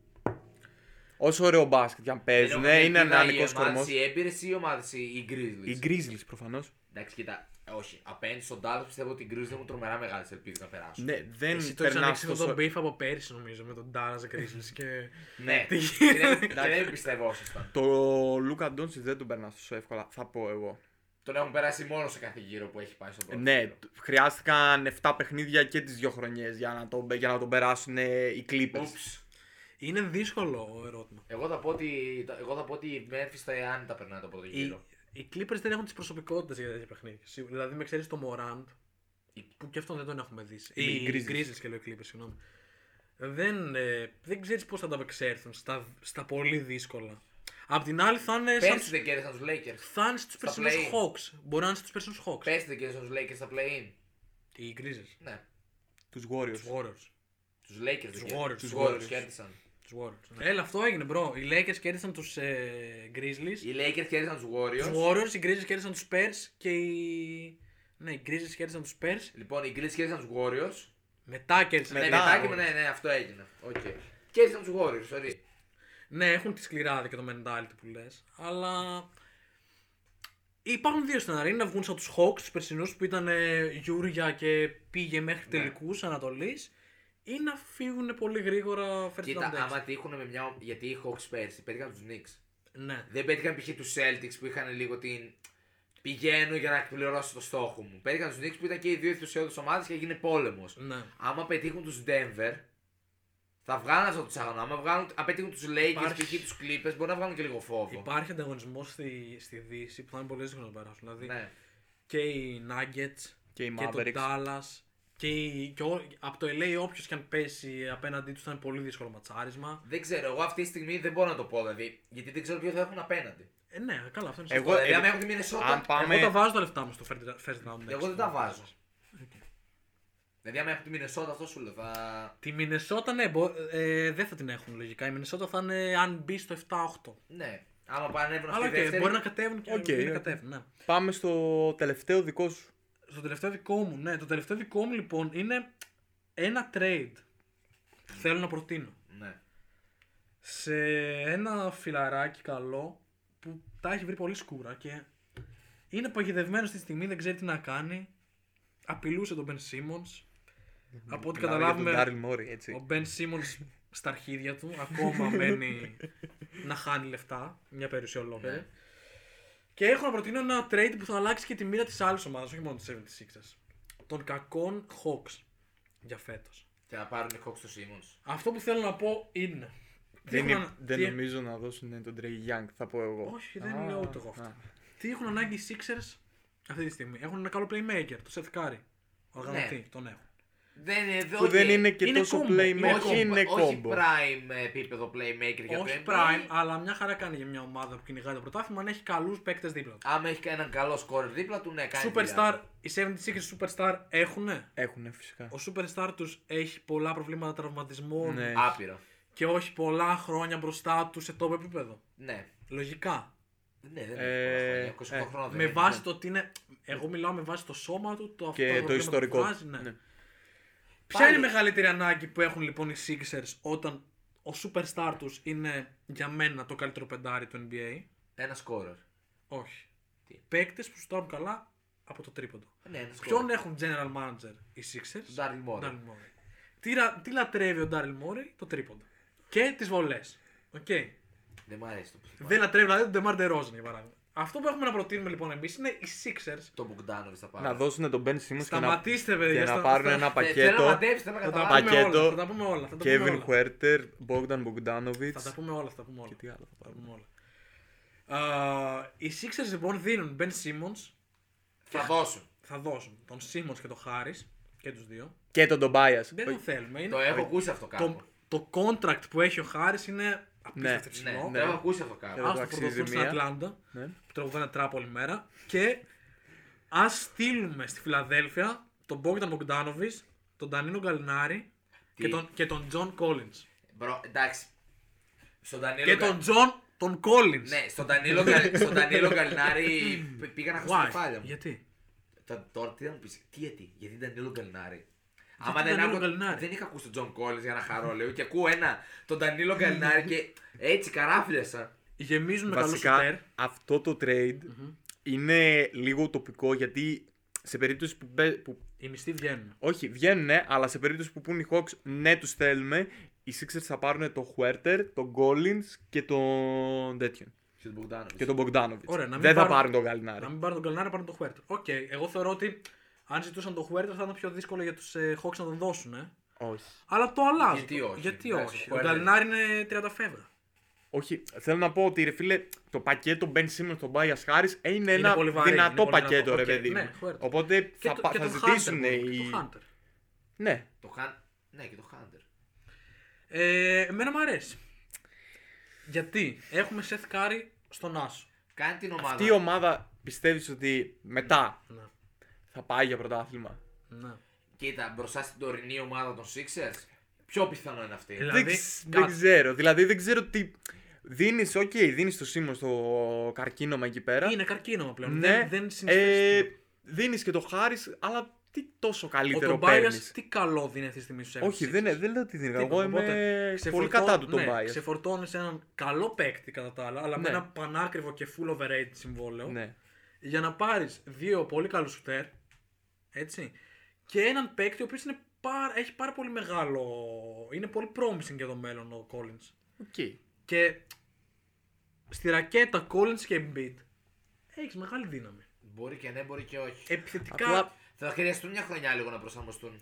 Όσο ωραίο μπάσκετ και αν Δεν παίζουν, έχουν ναι, είναι ελπίδα ένα οι νικό ομάδες, κορμό. Οι έμπειρες ή οι ομάδες, οι Grizzlies. Οι Grizzlies προφανώς. Εντάξει, κοίτα, όχι. Απέναντι στον Dallas πιστεύω ότι οι Grizzlies έχουν τρομερά μεγάλες ελπίδες να περάσουν. Ναι, Εσύ δεν το περνά ξανανοίξει με τόσο. τον Μπέιφ από πέρυσι νομίζω με τον Ντάρα Grizzlies και. Ναι, Τι και γίνεται. δεν- και δεν πιστεύω όσο Το Λούκα Ντόνσι δεν τον περνά τόσο εύκολα, θα πω εγώ. Τον έχουν περάσει μόνο σε κάθε γύρο που έχει πάει στον πρώτο. Ναι, γύρο. χρειάστηκαν 7 παιχνίδια και τις δύο χρονιές για να τον, για να τον περάσουν ε, οι Clippers. Ούψ. Είναι δύσκολο ερώτημα. Εγώ θα πω ότι, εγώ θα πω ότι η Memphis θα αν τα περνάει το πρώτο Οι, γύρο. οι Clippers δεν έχουν τις προσωπικότητες για τέτοια παιχνίδια. Σίγουρα. Δηλαδή, με ξέρεις το Morant, που και αυτόν δεν τον έχουμε δει. Οι Οι Grizzlies. Grizzlies και λέω Clippers, συγγνώμη. Δεν, ε, δεν ξέρεις πώς θα τα απεξέλθουν στα, στα πολύ δύσκολα. Απ' την άλλη, θα είναι σαν Πέρσι τους- δεν κέρδισαν τους Lakers. θα είναι στου Στα περσινούς play. Hawks. Μπορεί να είναι στου περσινού Hawks. Πέρσι δεν κέρδισαν τους Lakers στα play-in. Οι Grizzlies. Ναι. Τους Τους Warriors. Warriors. Τους Lakers. Τους δεν Warriors, κέρδισαν. τους Τους Warriors. Warriors κέρδισαν. Τους Warriors. ναι. Έλα, αυτό έγινε, bro. Οι Lakers κέρδισαν τους ε, Grizzlies. Οι Lakers κέρδισαν τους Τους Warriors. Warriors, οι Grizzlies κέρδισαν τους Spurs και οι. Ναι, οι Grizzlies κέρδισαν τους Spurs. Λοιπόν, οι Grizzlies κέρδισαν τους Warriors. Μετά κέρδισαν. Ναι, Μετά, μετά και Warriors. με- ναι, ναι, αυτό έγινε. Οκ. Κέρδισαν τους Warriors, sorry. Ναι, έχουν τη σκληράδα και το mentality που λες. Αλλά. Υπάρχουν δύο σενάρια. Είναι να βγουν σαν τους Hawks, τους περσινούς που ήταν ε, Γιούρια και πήγε μέχρι Ναι. τελικούς Ανατολής. Ή να φύγουν πολύ γρήγορα first Κοίτα, round exit. άμα τύχουν με μια. Γιατί οι Hawks πέρσι πέτυχαν τους Knicks. Ναι. Δεν πέτυχαν π.χ. τους Celtics που είχαν λίγο την. Πηγαίνω για να εκπληρώσω το στόχο μου. Πέτυχαν τους Knicks που ήταν και οι δύο ενθουσιώδεις ομάδες και έγινε πόλεμος. ναι. Άμα πετύχουν τους Denver, θα βγάλουν αυτό το τσάγανο. Άμα βγάλουν, αν πετύχουν τους Lakers, Υπάρχει- π.χ. τους Clippers, μπορεί να βγάλουν και λίγο φόβο. Υπάρχει ανταγωνισμός στη, στη Δύση που θα είναι πολύ δύσκολο να περάσουν. Δηλαδή Ναι. και οι Nuggets Και οι το Mavericks. Dallas και, οι- και ό- από το LA όποιος και αν πέσει απέναντί τους θα είναι πολύ δύσκολο ματσάρισμα. Δεν ξέρω, εγώ αυτή τη στιγμή δεν μπορώ να το πω, δηλαδή, γιατί δεν ξέρω ποιο θα έχουν απέναντι. Ε, ναι, καλά, αυτό είναι Εγώ, σωστό. δηλαδή, ε, άμα έχουν τη Minnesota, αν πάμε- Εγώ τα βάζω τα λεφτά μου στο first first round. Εγώ δεν τα βάζω. Δηλαδή, άμα έχουν τη Μινεσότα, αυτό σου λέω. Θα... Τη Μινεσότα, ναι, μπο- ε, δεν θα την έχουν λογικά. Η Μινεσότα θα είναι αν μπει στο 7-8. Ναι. Άμα πανέβουν Αλλά αυτή οκ, τη δεύτερη. μπορεί να κατέβουν και Οκ, και να οκ. κατέβουν. Ναι. Πάμε στο τελευταίο δικό σου. Στο τελευταίο δικό μου, ναι. Το τελευταίο δικό μου λοιπόν είναι ένα trade που θέλω να προτείνω. Ναι. σε ένα φιλαράκι καλό που τα έχει βρει πολύ σκούρα και είναι παγιδευμένο στη στιγμή, δεν ξέρει τι να κάνει. Απειλούσε τον Ben Simmons. Από ό,τι καταλάβουμε, Μιλάμε για τον Daryl Morey, ο έτσι. Ben Simmons στα αρχίδια του ακόμα μένει να χάνει λεφτά, μια περιουσία ολόκληρη. Ναι. Και έχω να προτείνω ένα trade που θα αλλάξει και τη μοίρα της άλλης ομάδας, όχι μόνο της 76ers. Των κακών Hawks για φέτος. Και να πάρουν οι Hawks τους Σίμον. Αυτό που θέλω να πω είναι. τι Δεν, έχουν είναι- ανα- δεν τι- νομίζω να δώσουν ε, τον Trey Young, θα πω εγώ. Όχι, δεν λέω ούτε εγώ αυτό. Τι έχουν ανάγκη οι Sixers αυτή τη στιγμή. Έχουν ένα καλό playmaker, το Seth Curry. Οργανωτή, Ναι. τον έχουν. Δεν ε, είναι, Που δεν είναι και Είναι τόσο combo, είναι playmaker, όχι, είναι όχι κόμπο. prime επίπεδο playmaker για Όχι το NBA. prime, αλλά μια χαρά κάνει για μια ομάδα που κυνηγάει το πρωτάθλημα αν έχει καλούς παίκτες δίπλα του. Άμα έχει έναν καλό scorer δίπλα του, ναι, κάνει. Superstar, οι 76ers Superstar έχουνε. Έχουν φυσικά. Ο Superstar τους έχει πολλά προβλήματα τραυματισμών Ναι. Άπειρο. και όχι πολλά χρόνια μπροστά τους σε τόπο επίπεδο. Ναι. Λογικά. Ναι, δεν Ε, είναι πολλά χρόνια, 28 ε, χρόνια. με δεν βάση είναι. το ότι είναι. Εγώ μιλάω με βάση το σώμα του, το αυτό Και το ιστορικό. Βάζει, ναι. Ναι. Ποια Πάλι- είναι η μεγαλύτερη ανάγκη που έχουν λοιπόν οι Sixers όταν ο superstar τους είναι για μένα το καλύτερο πεντάρι του NBA. Ένα scorer. Όχι. Τι? Παίκτες που σουτάρουν καλά από το τρίποντο. Ναι, ένα scorer. Ποιον έχουν general manager οι Sixers. Daryl Morey. Daryl Morey. Τι, ρα- τι λατρεύει ο Daryl Morey, το τρίποντο. Και τις βολές. Οκ. Δεν μ' αρέσει το που Δεν λατρεύει δηλαδή τον DeMar DeRozan για παράδειγμα. Αυτό που έχουμε να προτείνουμε λοιπόν εμείς είναι οι Sixers. Το Μπογκδάνοβι θα πάρει. Να δώσουν τον Ben Simmons και να, Σταματήστε, παιδιά. και στα- να πάρουν στα- ένα Ε, Θέλω να πακέτο. μαντέψει, θέλω να Θα τα καταλάβει. πούμε όλα. πακέτο. Θα τα πούμε όλα. Θα τα πούμε Kevin όλα. Huerter, Bogdan Bogdanovic. Θα τα πούμε όλα. Θα τα πούμε όλα. Και τι άλλο θα Θα τα πάρουμε. πούμε όλα. Α, οι Sixers λοιπόν δίνουν Ben Simmons, Θα δώσω. θα δώσουν τον Simmons και τον Harris και τους δύο. Και τον Tobias. Δεν Όχι. το θέλουμε. Το Είναι έχω ακούσει αυτό το, κάπου. το contract που έχει ο Harris είναι απίστευτο Ναι, Ναι, ψηλό. το έχω ακούσει αυτό Ναι. κάπου. Ας το αξίζει προδοθούν στην μία. Ατλάντα Ναι. που τραγουδάνε τραπ όλη μέρα και ας στείλουμε στη Φιλαδέλφια τον Bogdan Bogdanovic, τον Danilo Gallinari και τον, και τον John Collins. Μπρο, εντάξει. Στον Ντανίλο. Και Κα- τον John τον Collins. Ναι, στον Ντανίλο, Κα- στον Ντανίλο Γκαλινάρη π- πήγα να χάσω τα Why? κεφάλια μου. Γιατί. Τα- Τώρα τι να μου πεις, τι γιατί, γιατί Ντανίλο Γκαλινάρη. Άμα τον δεν, Ντανίλο άκου, Γκαλινάρη? δεν είχα ακούσει τον Τζον Κόλλινς για να χαρώ λέω και ακούω ένα τον Ντανίλο Γκαλινάρη και έτσι καράφλιασα. Γεμίζουν με καλό σουτέρ. Βασικά, αυτό το trade είναι λίγο τοπικό γιατί σε περίπτωση που, μπε- που Οι μισθοί βγαίνουν. όχι, βγαίνουν, αλλά σε περίπτωση που πούν οι Hawks, ναι, τους θέλουμε. Οι Sixers θα πάρουν το Huerter, τον Collins και τον τέτοιον. Και τον Μπογκδάνοβιτς. Και τον Bogdanovic. Ωραία, να μην Δεν θα πάρουν- πάρουν τον Να Γαλινάρη. μην πάρουν τον Καλνάρη, πάρουν τον Χουέρτερ. Οκ, εγώ θεωρώ ότι αν ζητούσαν τον Χουέρτερ θα ήταν πιο δύσκολο για τους ε, Hawks να τον δώσουν. Ε. Όχι. Αλλά το αλλάζω. Γιατί όχι, Γιατί εντάξει, όχι. ο Ο Huerter- Γκαλινάρη είναι 30 φεύγα. Όχι, θέλω να πω ότι ρε φίλε, το πακέτο Ben Simmons, τον Bias Harris ε, Είναι είναι, ένα πολύ βαρύ, δυνατό είναι πολύ πακέτο, δυνατό. ρε Οκ, παιδί. ναι, μου. Huerter. Οπότε θα, το- πα- θα τον ζητήσουν Hunter, οι. και τον Hunter. Ναι, Το Χαν... Ναι, και το Χάντερ. Ε, εμένα μου αρέσει. Γιατί έχουμε Σεθ Κάρι στον Άσο. Κάνει την ομάδα. τι ομάδα πιστεύεις ότι μετά Ναι. θα πάει για πρωτάθλημα. ναι. Κοίτα, μπροστά στην τωρινή ομάδα των Sixers, πιο πιθανό είναι αυτή. Ελά. Δεν, Δηλαδή, ξ- κάτι. δεν ξέρω. Δηλαδή δεν ξέρω τι. Δίνεις, οκ, δίνεις το σήμα στο καρκίνωμα εκεί πέρα. Είναι καρκίνωμα πλέον. ναι, Δεν, δεν συνεισφέρει ε, στην- δίνεις και το χάρις, αλλά τι τόσο Ο καλύτερο τον παίρνεις. τι καλό δίνει αυτή τη στιγμή στους Όχι, δεν, δεν λέω ότι δίνει. Εγώ είμαι πολύ Ξεφορτώ- κατά του τον ναι, bias. Ξεφορτώνει έναν καλό παίκτη κατά τα άλλα, αλλά με Ναι. ένα πανάκριβο και full overrated συμβόλαιο. Ναι. Για να πάρεις δύο πολύ καλούς σουτέρ. Έτσι. Και έναν παίκτη ο οποίος έχει πάρα πολύ μεγάλο. Είναι πολύ promising για το μέλλον ο Collins. Οκ. Και στη ρακέτα Collins και Embiid έχεις μεγάλη δύναμη. Μπορεί και ναι, μπορεί και όχι. Επιθετικά. Απλά- Θα χρειαστούν μια χρονιά λίγο να προσαρμοστούν.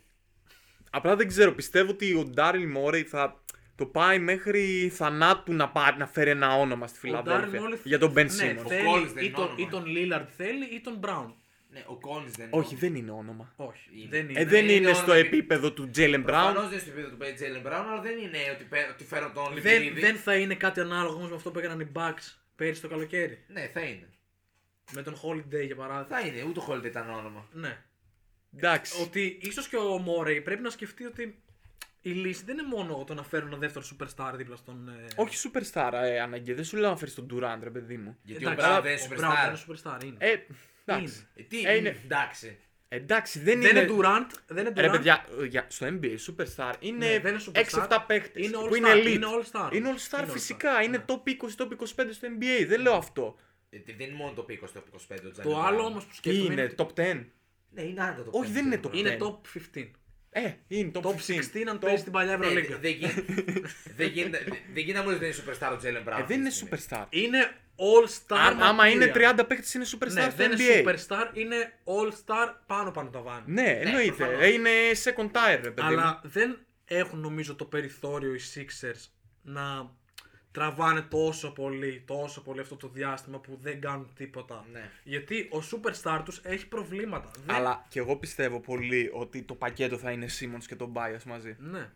Απλά δεν ξέρω. Πιστεύω ότι ο Ντάριλ Μόρεϊ θα το πάει μέχρι θανάτου να, πάρει, να φέρει ένα όνομα στη Φιλαδέλφια. Darren Olive- Για τον Μπεν ναι, Simmons. Collins θέλει, δεν ή, είναι τον, όνομα. ή τον Lillard θέλει ή τον Brown. Ναι, ο Κόλλινς δεν είναι. Όχι, δεν είναι όνομα. Όχι. Είναι. Δεν είναι. Ε, δεν είναι είναι στο όνομα. επίπεδο του Τζέλεν Μπράουν. Προφανώς δεν είναι στο επίπεδο του Μπέι Τζέιλεν Μπράουν, αλλά δεν είναι ότι, πέ- ότι φέρω τον δεν, Λιβερίδη. δεν θα είναι κάτι ανάλογο όμως με αυτό που έκαναν οι Bucks πέρυσι το καλοκαίρι. Ναι, θα είναι. Με τον Holiday για παράδειγμα. Θα είναι, ούτε ο Χόλντε ήταν όνομα. Ναι. Εντάξει. Ότι ίσως και ο Μόρεϊ πρέπει να σκεφτεί ότι η λύση δεν είναι μόνο το να φέρουν ένα δεύτερο superstar δίπλα στον. ε, Όχι superstar ε, αναγκαία. Δεν σου λέω να φέρεις τον Durant, ρε παιδί μου. Γιατί εντάξει, ο Μπράουν δεν είναι ο Brown superstar. είναι superstar. Είναι. Ε, εντάξει. Είναι. Ε, Τι Ε, είναι. εντάξει. Εντάξει, δεν, δεν είναι Durant. Δεν είναι Durant. Ρε παιδιά, ε, για, στο NBA superstar είναι, Ναι, δεν είναι superstar. 6-7 παίχτες Είναι που all-star, είναι elite. είναι all-star. Είναι all-star Είναι φυσικά. all-star, Είναι ναι. top 20, top 25 στο NBA. Δεν λέω αυτό. Ε, τι- Δεν είναι μόνο το πίκο στο 25 ο Τζέιλεν Το άλλο όμως που Τι σκέφτομαι είναι, top 10. Ναι, είναι άνετα το Όχι, δεν είναι πέντε. το- είναι δεν. top 15. Ε, είναι top, Top 16 αν παίζεις την παλιά Ναι, δε- Ευρωλίγκα. Δεν γίνει- δεν γίνεται. δεν- Δεν γίνεται μόνο ότι δεν είναι superstar ο Τζέιλεν Μπράουν. Ε, δεν είναι αυτή τη στιγμή. superstar. Είναι all star. Αν- άμα είναι 30 παίχτες είναι superstar Ναι, στο δεν NBA. είναι superstar, είναι all star πάνω πάνω τα βάνη. Ναι, εννοείται. προφανώς. Ε, είναι second tier, ρε παιδί μου. Αλλά δεν έχουν νομίζω το περιθώριο οι Sixers να τραβάνε τόσο πολύ, τόσο πολύ αυτό το διάστημα που δεν κάνουν τίποτα. Ναι. Γιατί ο superstar τους έχει προβλήματα. Δεν... Αλλά και εγώ πιστεύω πολύ ότι το πακέτο θα είναι Simmons και τον Bias μαζί. Ναι.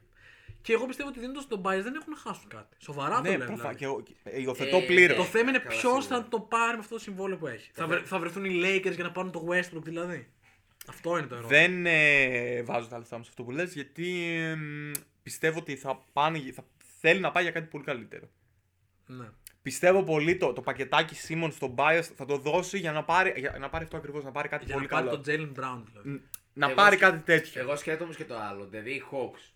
Και εγώ πιστεύω ότι δίνοντας τον Bias δεν έχουν να χάσουν κάτι. Σοβαρά το ναι, λέω. προφανώ. δηλαδή. Και εγώ ε, υιοθετώ Ε, πλήρως. Το θέμα είναι Καλά, ποιος σίγουρα. θα το πάρει με αυτό το συμβόλαιο που έχει. Θα, βρε- θα βρεθούν οι Lakers για να πάρουν το Westbrook δηλαδή. Αυτό είναι το ερώτημα. Δεν ε, βάζω τα λεφτά μου σε αυτό που λες, γιατί ε, μ, πιστεύω ότι θα, πάνε, θα θέλει να πάει για κάτι πολύ καλύτερο. Ναι. Πιστεύω πολύ το, το πακετάκι Simmons στον Bias θα το δώσει για να πάρει, για να πάρει αυτό ακριβώς, να πάρει κάτι Για πολύ να πάρει καλό. τον Jalen Brown δηλαδή. Να Εγώ πάρει σκ- κάτι τέτοιο. Εγώ σκέφτομαι όμως και το άλλο. Δηλαδή οι Hawks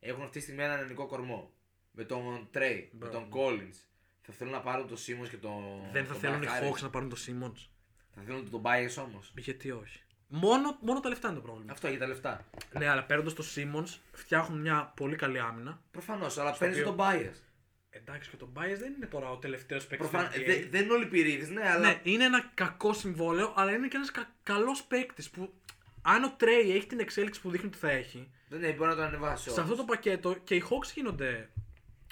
έχουν αυτή τη στιγμή έναν ελληνικό κορμό. Με τον Trey, με τον Collins. Θα θέλουν να πάρουν τον Simmons και τον. Δεν θα τον θέλουν οι Barnes. Hawks να πάρουν το Simmons. Θα θέλουν τον Bias όμως. Γιατί όχι. Μόνο, μόνο τα λεφτά είναι το πρόβλημα. Αυτό για τα λεφτά. Ναι, αλλά παίρνοντας το Simmons, φτιάχνουν μια πολύ καλή άμυνα. Προφανώς, αλλά παίρνεις οποίο- τον Bias. Ε, Εντάξει, και ο Tobias δεν είναι τώρα ο τελευταίος παίκτης. Προφανώς, δε- δεν είναι όλοι πυρίδε, ναι, αλλά. Ναι, είναι ένα κακό συμβόλαιο, αλλά είναι και ένας κα- καλός παίκτης που αν ο Τρέι έχει την εξέλιξη που δείχνει ότι θα έχει, Δεν ναι, μπορώ να το ανεβάσω. σε αυτό το πακέτο και οι Hawks γίνονται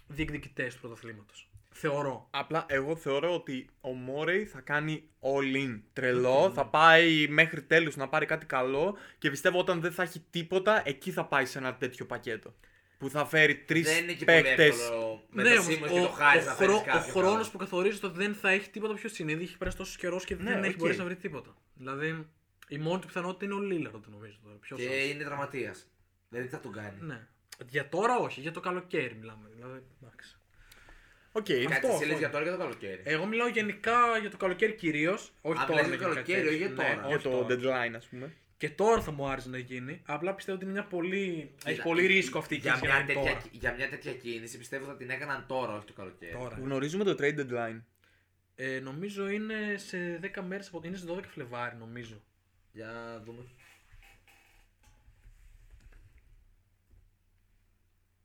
διεκδικητές του πρωταθλήματος. Θεωρώ. Απλά εγώ θεωρώ ότι ο Μόρεϊ θα κάνει all in. Τρελό, ναι. θα πάει μέχρι τέλους να πάρει κάτι καλό και πιστεύω όταν δεν θα έχει τίποτα, εκεί θα πάει σε ένα τέτοιο πακέτο. Που θα φέρει τρεις Δεν είναι και πολύ παίκτες. εύκολο με το Ναι, όμως, Simmons και το ο- Harris ο, να φέρεις χρο- ο κάποιον χρόνος καλό. που καθορίζει το ότι δεν θα έχει τίποτα πιο συνείδη έχει περάσει τόσο καιρό Ναι, και δεν έχει οκ. μπορέσει να βρει τίποτα. Δηλαδή, η μόνη του πιθανότητα είναι ο Λίλαρντ, νομίζω τώρα. Ποιος Και άλλος. είναι τραυματίας. Δηλαδή τι θα τον κάνει. Ναι. Για τώρα όχι, για το καλοκαίρι μιλάμε. Δηλαδή, εντάξει. Οκ, Κάτι αυτό, εσύ λες αυτό. για τώρα και το καλοκαίρι. Εγώ μιλάω γενικά για το καλοκαίρι κυρίως. Όχι Ε. τώρα. Α, μιλάς για να το γίνει κάτι καλοκαίρι, τέτοιο. όχι για Ναι, τώρα. όχι Για το τώρα. deadline, ας πούμε. Και τώρα θα μου άρεσε να γίνει. Απλά πιστεύω ότι είναι μια πολύ. έχει Κοίτα, πολύ ρίσκο αυτή η για κίνηση για να μια, γίνει τέτοια, τώρα. για μια τέτοια κίνηση πιστεύω θα την έκαναν τώρα, όχι το καλοκαίρι. Τώρα. Γνωρίζουμε το trade deadline. Ε, νομίζω είναι σε 10 μέρες από. είναι σε 12 Φλεβάρι, νομίζω. Για να δούμε.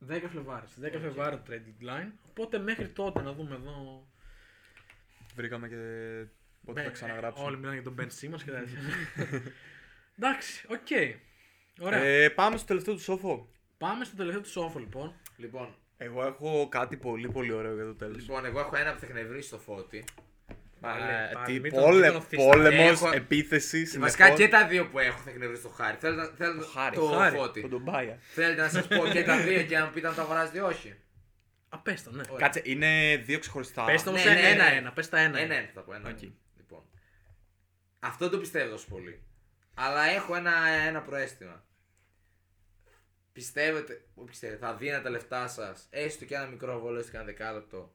10 Φλεβάρι. στις 10 Φλεβάρι το trade deadline. Οπότε μέχρι τότε να δούμε εδώ. Βρήκαμε και πότε θα Ναι, Όλοι ξαναγράψουμε. μιλάνε για τον Ben Simmons και τέτοια. Εντάξει, οκ. Ωραία. Ε, πάμε στο τελευταίο του σόφο. Πάμε στο τελευταίο του σόφο λοιπόν. Λοιπόν, Εγώ έχω κάτι πολύ πολύ ωραίο για το τέλος. λοιπόν, εγώ έχω ένα που θα εκνευρίσει το φώτι. Πάλι, Ε, πάλι, τι μην τον- πόλε- μην τον οθήσεις. πόλεμος, Έχω- επίθεσης, Βασικά συνεχώς. και τα δύο που έχω θα εκνευρίσει το χάρι. Θέλω, να- θέλω το, Χάρη, το χάρη, φώτι. τον Ντομπάια. Θέλετε να σας πω και τα δύο και να μου πείτε αν το αγοράζετε ή όχι. Απέστα, ναι. Ωραία. Κάτσε, είναι δύο ξεχωριστά. Πες το όμως ναι, ναι, ένα, ναι. ένα, πες τα ένα. Ένα ένα. ένα θα πω. Ένα. Οκ. ένα. Λοιπόν. Αυτό το πιστεύω τόσο πολύ. Αλλά έχω ένα, ένα προέστημα. Πιστεύετε, ό, πιστεύετε, θα δίνετε τα λεφτά σας, έστω και ένα μικρό βόλιο, έστω και ένα δεκάλεπτο,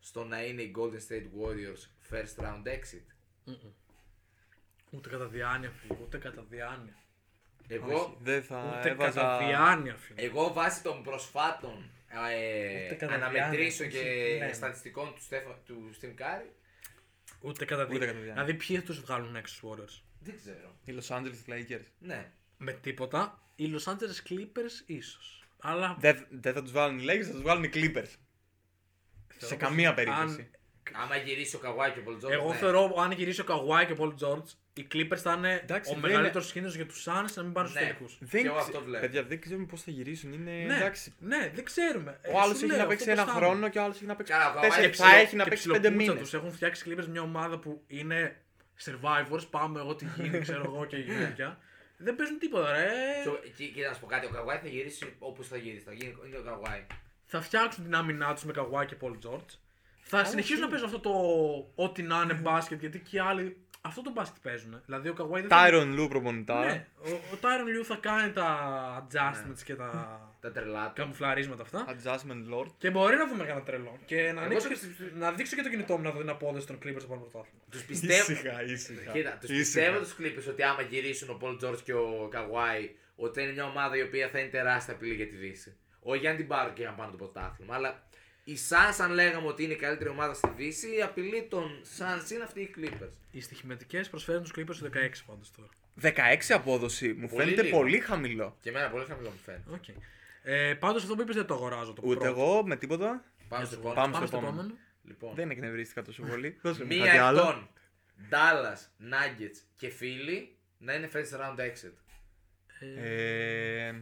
στο να είναι οι Golden State Warriors first round exit. Ούτε κατά διάνοια, φίλε. Ούτε κατά διάνοια. Εγώ, Όχι, δεν θα Ούτε κατά έβαζα... διάνοια, φίλε. εγώ βάση των προσφάτων Ούτε ε, κατά αναμετρήσεων διάνοια, και ναι, ναι. στατιστικών του, Στέφα- του Steve Curry, Ούτε κατά Ούτε διάνοια. κατά διάνοια. Δηλαδή, ποιοι θα τους βγάλουν έξω του Warriors. δεν ξέρω. Οι Los Angeles Lakers. Ναι. Με τίποτα. Οι Los Angeles Clippers ίσως. Αλλά. Δεν δεν θα τους βάλουν οι Lakers, θα τους βάλουν οι Clippers. θεωρώ Σε πως καμία αν- περίπτωση. Άμα γυρίσει ο Καβάκι ο Πολ Τζόρνταν, Εγώ ναι. θεωρώ αν γυρίσει ο Καβάη και ο Πολ Τζόρτζ, οι Clippers θα είναι Εντάξει, ο δεν μεγαλύτερος κίνδυνος για τους Suns να μην πάνε στου Ναι. τελικούς. Δεν Κι εγώ ξε- αυτό βλέπω. Παιδιά, δεν ξέρουμε πώς θα γυρίσουν. Είναι Ναι, εντάξει. ναι, δεν ξέρουμε. Ε, Ο άλλο σου έχει λέω, να αυτό παίξει το ένα στάνο. χρόνο και ο άλλος έχει να παίξει Καλά, ο Καβάι τέσσερα. και Θα ψιλο- έχει να Και παίξει πέντε ψιλοκούτσα μήνες. τους. έχουν φτιάξει οι Clippers μια ομάδα που είναι survivors. Πάμε εγώ τι γίνει, ξέρω εγώ και η γυναίκα. Δεν παίζουν τίποτα, ρε. Κοίτα, κοίτα να σου πω κάτι, ο Καβάη θα γυρίσει όπως θα γυρίσει. Θα γίνει, είναι ο Καβάη. θα φτιάξουν την άμυνά τους με Καβάη και Πολ Τζόρτζ. Θα συνεχίσουν να παίζουν αυτό το ό,τι να είναι μπάσκετ, γιατί και οι άλλοι αυτό το μπάσκετ παίζουν. Δηλαδή ο Καβάη δεν θα... Tyron Lue προπονητάρα. Ναι, ο, ο Tyron Lue θα κάνει τα adjustments Ναι. και τα Τα τρελά του. καμουφλαρίσματα αυτά. Adjustment Lord. Και μπορεί να δούμε κανένα τρελό. Και να, ανοίξω, το πιστεύω. να δείξω και το κινητό μου να δω την απόδοση των Clippers από το πρωτάθλημα. Τους πιστεύω. Ήσυχα, ήσυχα. Κοίτα, τους Ήσυχα. πιστεύω τους κλείπες ότι άμα γυρίσουν ο Πολ Τζόρτ και ο Καβάη, ότι είναι μια ομάδα η οποία θα είναι τεράστια απειλή για τη Δύση. Όχι αν την πάρουν και αν πάνε το πρωτάθλημα, αλλά οι Suns αν λέγαμε ότι είναι η καλύτερη ομάδα στη Δύση, η απειλή των Suns είναι αυτοί οι Clippers. Οι στοιχηματικές προσφέρουν τους Clippers στο 16 πάντω τώρα. 16 απόδοση. Μου Πολύ φαίνεται λίγο. πολύ χαμηλό. Και εμένα πολύ χαμηλό μου φαίνεται. Okay. Ε, Πάντως αυτό που είπες δεν το αγοράζω το Ούτε πρώτο. εγώ με τίποτα. Πάμε στο επόμενο. Πάμε Πάμε στο επόμενο. Λοιπόν, Δεν εκνευρίστηκα τόσο πολύ. Δώσε μου μία κάτι εκ άλλο. των Dallas, Nuggets και φίλοι να είναι first round exit. Ε,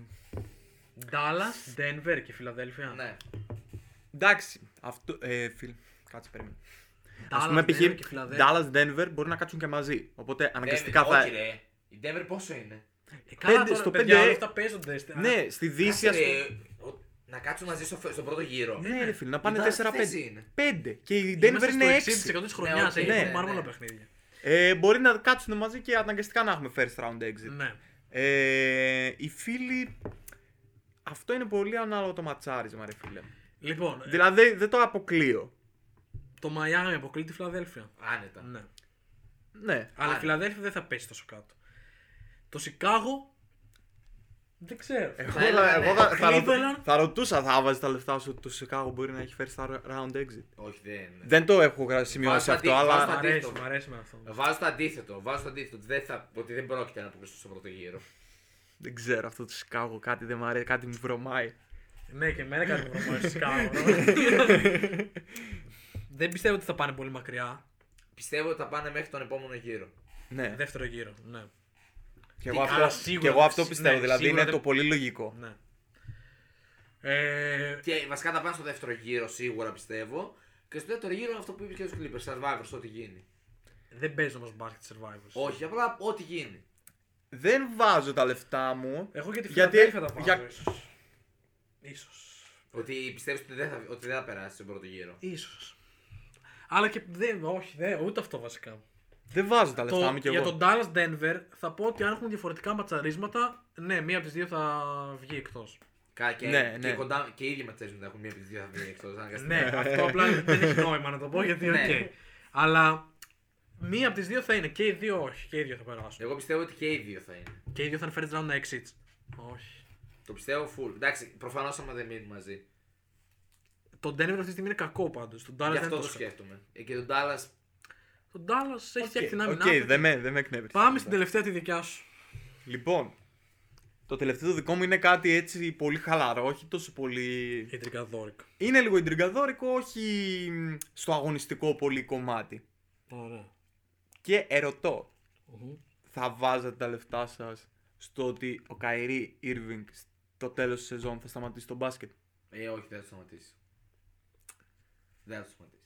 Dallas, Denver και Φιλαδέλφια. Ναι. εντάξει. Αυτό. Ε, φίλ, κάτσε περίμενε. Dallas, Ας πούμε, π.χ. Denver και Φιλαδέλφια. Dallas Denver μπορεί να κάτσουν και μαζί. Οπότε αναγκαστικά Denver, θα. Όχι, ρε. Η Denver πόσο είναι. Ε, καλά Πέντε- τώρα, στο παιδιά, πέντε- όλα αυτά παίζονται. στα- Ναι, στη Δύση. Κάτσε, Ας... πούμε- ρε, ο- Να κάτσουν μαζί στο, φε- στον πρώτο γύρο. Ναι, ρε φίλε, να Η πάνε Dallas 4-5. τι θέση είναι? 5. Και η Είμαστε Denver είναι 6. στο 60% τη χρονιά. οκ, Έχει ναι, ναι, πάρα ναι. πολλά παιχνίδια. Ε, μπορεί να κάτσουν μαζί και αναγκαστικά να έχουμε first round exit. Ναι. Ε, οι φίλοι. Αυτό είναι πολύ ανάλογο το ματσάρισμα, ρε φίλε. Λοιπόν, ε, Δηλαδή δεν το αποκλείω. το Μαϊάμι αποκλεί τη Φιλαδέλφια. Άνετα. Ναι. Ναι. Αλλά η Άρα. Φιλαδέλφια δεν θα πέσει τόσο κάτω. Το Σικάγο. Δεν ξέρω. Εγώ, Θα έλεγα, θα, ναι. εγώ θα, θα, ρωτ- Cleveland. θα ρωτούσα, θα βάζεις τα λεφτά σου ότι το Σικάγο μπορεί να έχει first round exit. Όχι, δεν. είναι. Δεν το έχω γρα- σημειώσει Βάζω αυτό, αντί- Μ' βάζω αλλά. αντί- αρέσει, αντίθετο. μ' αρέσει με αυτό. Βάζω το αντίθετο. Βάζω το αντίθετο. ότι Δεν θα, ότι δεν πρόκειται να αποκλειστούν στον πρώτο γύρο. Δεν ξέρω αυτό το Σικάγο, κάτι δεν μου αρέσει, κάτι μου βρωμάει. Ναι, και εμένα κάτι μου φυσικά. Δεν πιστεύω ότι θα πάνε πολύ μακριά. Πιστεύω ότι θα πάνε μέχρι τον επόμενο γύρο. Ναι, Δεύτερο γύρο, ναι. και εγώ αλλά αυτό, σίγουρα- και εγώ αυτό ναι, πιστεύω. δηλαδή σίγουρα είναι δεν- το πολύ λογικό. ναι. Ε, Και βασικά θα πάνε στο δεύτερο γύρο σίγουρα πιστεύω. Και στο δεύτερο γύρο αυτό που είπες και του κλείπε. Survivors, ό,τι γίνει. δεν παίζει όμως μπάσκετ survivors. Όχι, απλά ό,τι γίνει. Δεν βάζω τα λεφτά μου. Εγώ για τη Γιατί- Φιλαδέλφια τα βάζω, για- ίσως. Ίσως. Ότι πιστεύεις ότι δεν θα, ότι δεν θα περάσει τον πρώτο γύρο. Ίσως. Αλλά και δεν, όχι, δεν, ούτε αυτό βασικά. Δεν βάζω τα λεφτά Το, μου κι για εγώ. τον Dallas Denver θα πω ότι αν έχουν διαφορετικά ματσαρίσματα, ναι, μία από τις δύο θα βγει εκτός. Κα- Και, Ναι, και, ναι. κοντά, και οι ίδιοι ματσέ μου τα έχουν μία από τις δύο θα βγει εκτός. ναι, αυτό απλά δεν έχει νόημα να το πω γιατί οκ. Ναι. Αλλά μία από τις δύο θα είναι και οι δύο όχι, και οι δύο θα περάσουν. Εγώ πιστεύω ότι και οι δύο θα είναι. Και οι δύο θα είναι first round exits. Όχι. Το πιστεύω full. Εντάξει, προφανώς άμα δεν μείνουν μαζί. Το Denver αυτή τη στιγμή είναι κακό πάντως. Το Dallas Γι' δεν είναι αυτό το τόσο κακό. σκέφτομαι. Ε, Και τον Dallas. Το Dallas έχει φτιάξει την Οκ, άμυνά του. δεν με, δεν με εκνεύρισε. Πάμε στην τελευταία τη δικιά σου. Λοιπόν, το τελευταίο δικό μου είναι κάτι έτσι πολύ χαλαρό, όχι τόσο πολύ. Ιδρικά δόρικα. Είναι λίγο ιντριγκαδόρικο, όχι μ, στο αγωνιστικό πολύ κομμάτι. Ωραία. Και ερωτώ, θα βάζατε τα λεφτά σας στο ότι ο Καϊρή Irving στο τέλος της σεζόν θα σταματήσει το μπάσκετ. Ε, όχι, δεν θα το σταματήσει. Δεν θα το σταματήσει.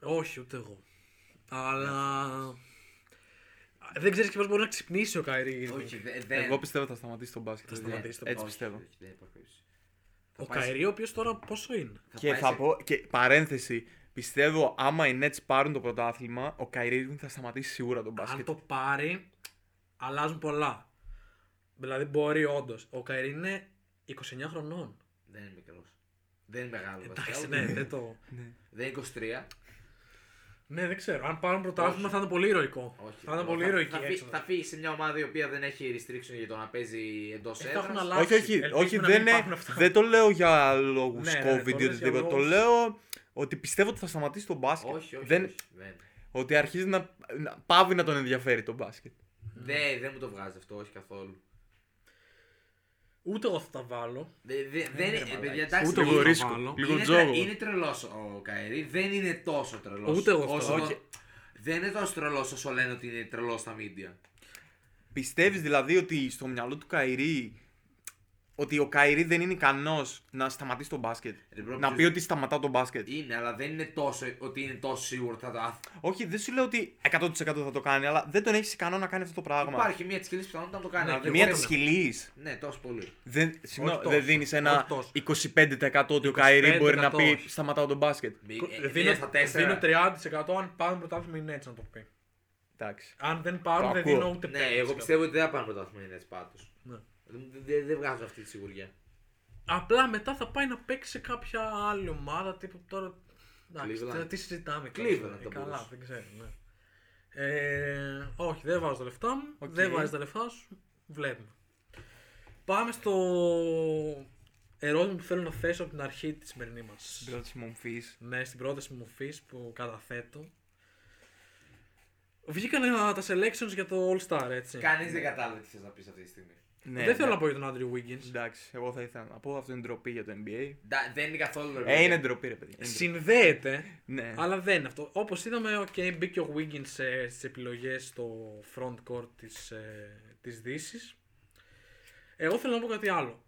Όχι, ούτε εγώ. Αλλά. Δεν ξέρεις και πώς μπορεί να ξυπνήσει ο Καϊρή. Όχι, δεν. Εγώ πιστεύω θα σταματήσει το μπάσκετ. Ναι. Θα παιδιά. σταματήσει το Έτσι Όχι, πιστεύω. όχι, δεν υπάρχει περίπτωση. Ο πάει σε- Καϊρή, ο οποίος τώρα πόσο είναι. Και πάει θα σε- πω και παρένθεση. Πιστεύω άμα οι Nets πάρουν το πρωτάθλημα, ο Kyrie Irving θα σταματήσει σίγουρα τον Αν μπάσκετ. το πάρει, αλλάζουν πολλά. Δηλαδή μπορεί όντως. Ο Καϊρή είναι 29 χρονών. Δεν είναι μικρός. Δεν είναι μεγάλος. Εντάξει, βασικά, ναι, ούτε- δεν το. Δεν είναι 23. Ναι, δεν ξέρω. Αν πάρουν πρωτάθλημα θα ήταν πολύ ηρωικό. Όχι. Θα ήταν πολύ ηρωική θα, φύ- έξοδος. θα φύγει σε μια ομάδα η οποία δεν έχει restriction για το να παίζει εντός Ε, τα έχουν έδρας. αλλάξει. Όχι, όχι, Ελπίζουμε όχι να δεν, μην είναι- υπάρχουν αυτά. δεν το λέω για λόγους Ναι, ναι, ναι, το COVID ή λες για οτιδήποτε. Το λόγους- λέω ότι πιστεύω ότι θα σταματήσει το μπάσκετ. Όχι, όχι. δεν, όχι, Δεν. Ότι αρχίζει να, να πάβει να τον ενδιαφέρει το μπάσκετ. Δεν, δεν μου το βγάζει αυτό, όχι καθόλου. Ούτε εγώ θα τα βάλω. Δεν, δεν, δεν, ε, παιδιά, εντάξει, Ούτε είναι- εγώ λίγο ρίσκο. βάλω. Λίγο- Λίγο είναι, τζόγο. είναι τρελός ο Καερή. Δεν είναι τόσο τρελός. Ούτε εγώ αυτό. Όχι. Δεν είναι τόσο τρελός όσο λένε ότι είναι τρελός στα μίντια. Πιστεύεις δηλαδή ότι στο μυαλό του Καϊρή ότι ο Καϊρή δεν είναι ικανός να σταματήσει το μπάσκετ. Ρε, bro, να ποιος- πει ότι σταματά το μπάσκετ. Είναι, αλλά δεν είναι τόσο ότι είναι τόσο σίγουρο ότι θα το. α, Όχι, δεν σου λέω ότι 100% θα το κάνει, αλλά δεν τον έχεις ικανό να κάνει αυτό το πράγμα. Υπάρχει μία της χιλής πιθανότητα να το κάνει. Ναι, Και Μία εγώ τη δεν- χιλής. Ναι, τόσο πολύ. Δεν, συγγνώ- τόσο. δεν δίνεις ένα Όχι τόσο. 25% ότι ο Καϊρή μπορεί να 25% πει όχι. σταματάω τον μπάσκετ. Ε, Δίνω, μία στα τέσσερα. δίνω 30% αν πάρουν πρωτάθλημα οι Nets να το πει. Εντάξει. Αν δεν πάρουν, Το δεν ακούω. δίνω ούτε Ναι, πέντε εγώ σκέψη. πιστεύω ότι δεν θα πάνε πρωτάθλημα οι Nets πάντως. Ναι. Δεν δεν- δεν βγάζω αυτή τη σιγουριά. Απλά μετά θα πάει να παίξει σε κάποια άλλη ομάδα τύπου τώρα. Εντάξει, Cleveland. τώρα τι συζητάμε. τώρα, Cleveland ε, θα Καλά, μπορούσε. δεν ξέρω. Ναι. Ε, όχι, δεν βάζω τα λεφτά μου. Οκ. Δεν βάζεις τα λεφτά σου. Βλέπουμε. Πάμε στο ερώτημα που θέλω να θέσω από την αρχή της σημερινή μας. Πρόταση μομφής. Ναι, στην πρόταση μορφή που καταθέτω. Βγήκαν ε, τα selections για το All Star, έτσι. Κανείς δεν κατάλαβε τι θες να πεις αυτή τη στιγμή. Ναι, δεν θέλω να πω για τον Άντριου Wiggins. Εντάξει, εγώ θα ήθελα να πω αυτό είναι ντροπή για το NBA. Ντα- Δεν είναι καθόλου ρε, Ε, παιδιά. είναι ντροπή, ρε παιδί. Είναι ντροπή. Συνδέεται, Ναι. αλλά δεν είναι αυτό. Όπως είδαμε, okay, μπήκε ο Wiggins ε, στις επιλογές στο front court της ε, της Δύσης. Εγώ θέλω να πω κάτι άλλο.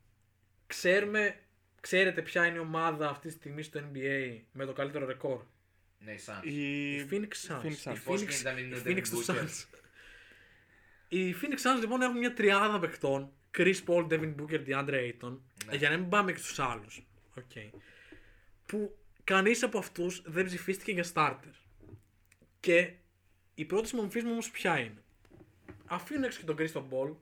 Ξέρουμε, ξέρετε ποια είναι η ομάδα αυτή τη στιγμή στο NBA με το καλύτερο ρεκόρ. Ναι, σαν. Η... Οι Phoenix Suns. Phoenix Suns. Οι Πώς Phoenix, γίνεται να μην είναι οι ο Phoenix Devin του Booker. Suns. Οι Phoenix Suns λοιπόν έχουν μια τριάδα παιχτών. Chris Paul, Devin Booker, DeAndre Ayton. Ε, Ναι. Για να μην πάμε και στους άλλους. Οκ. Που κανείς από αυτούς δεν ψηφίστηκε για starter. Και η πρώτη μορφή μου όμως ποια είναι. Αφήνω έξω και τον Κρίστο Ball.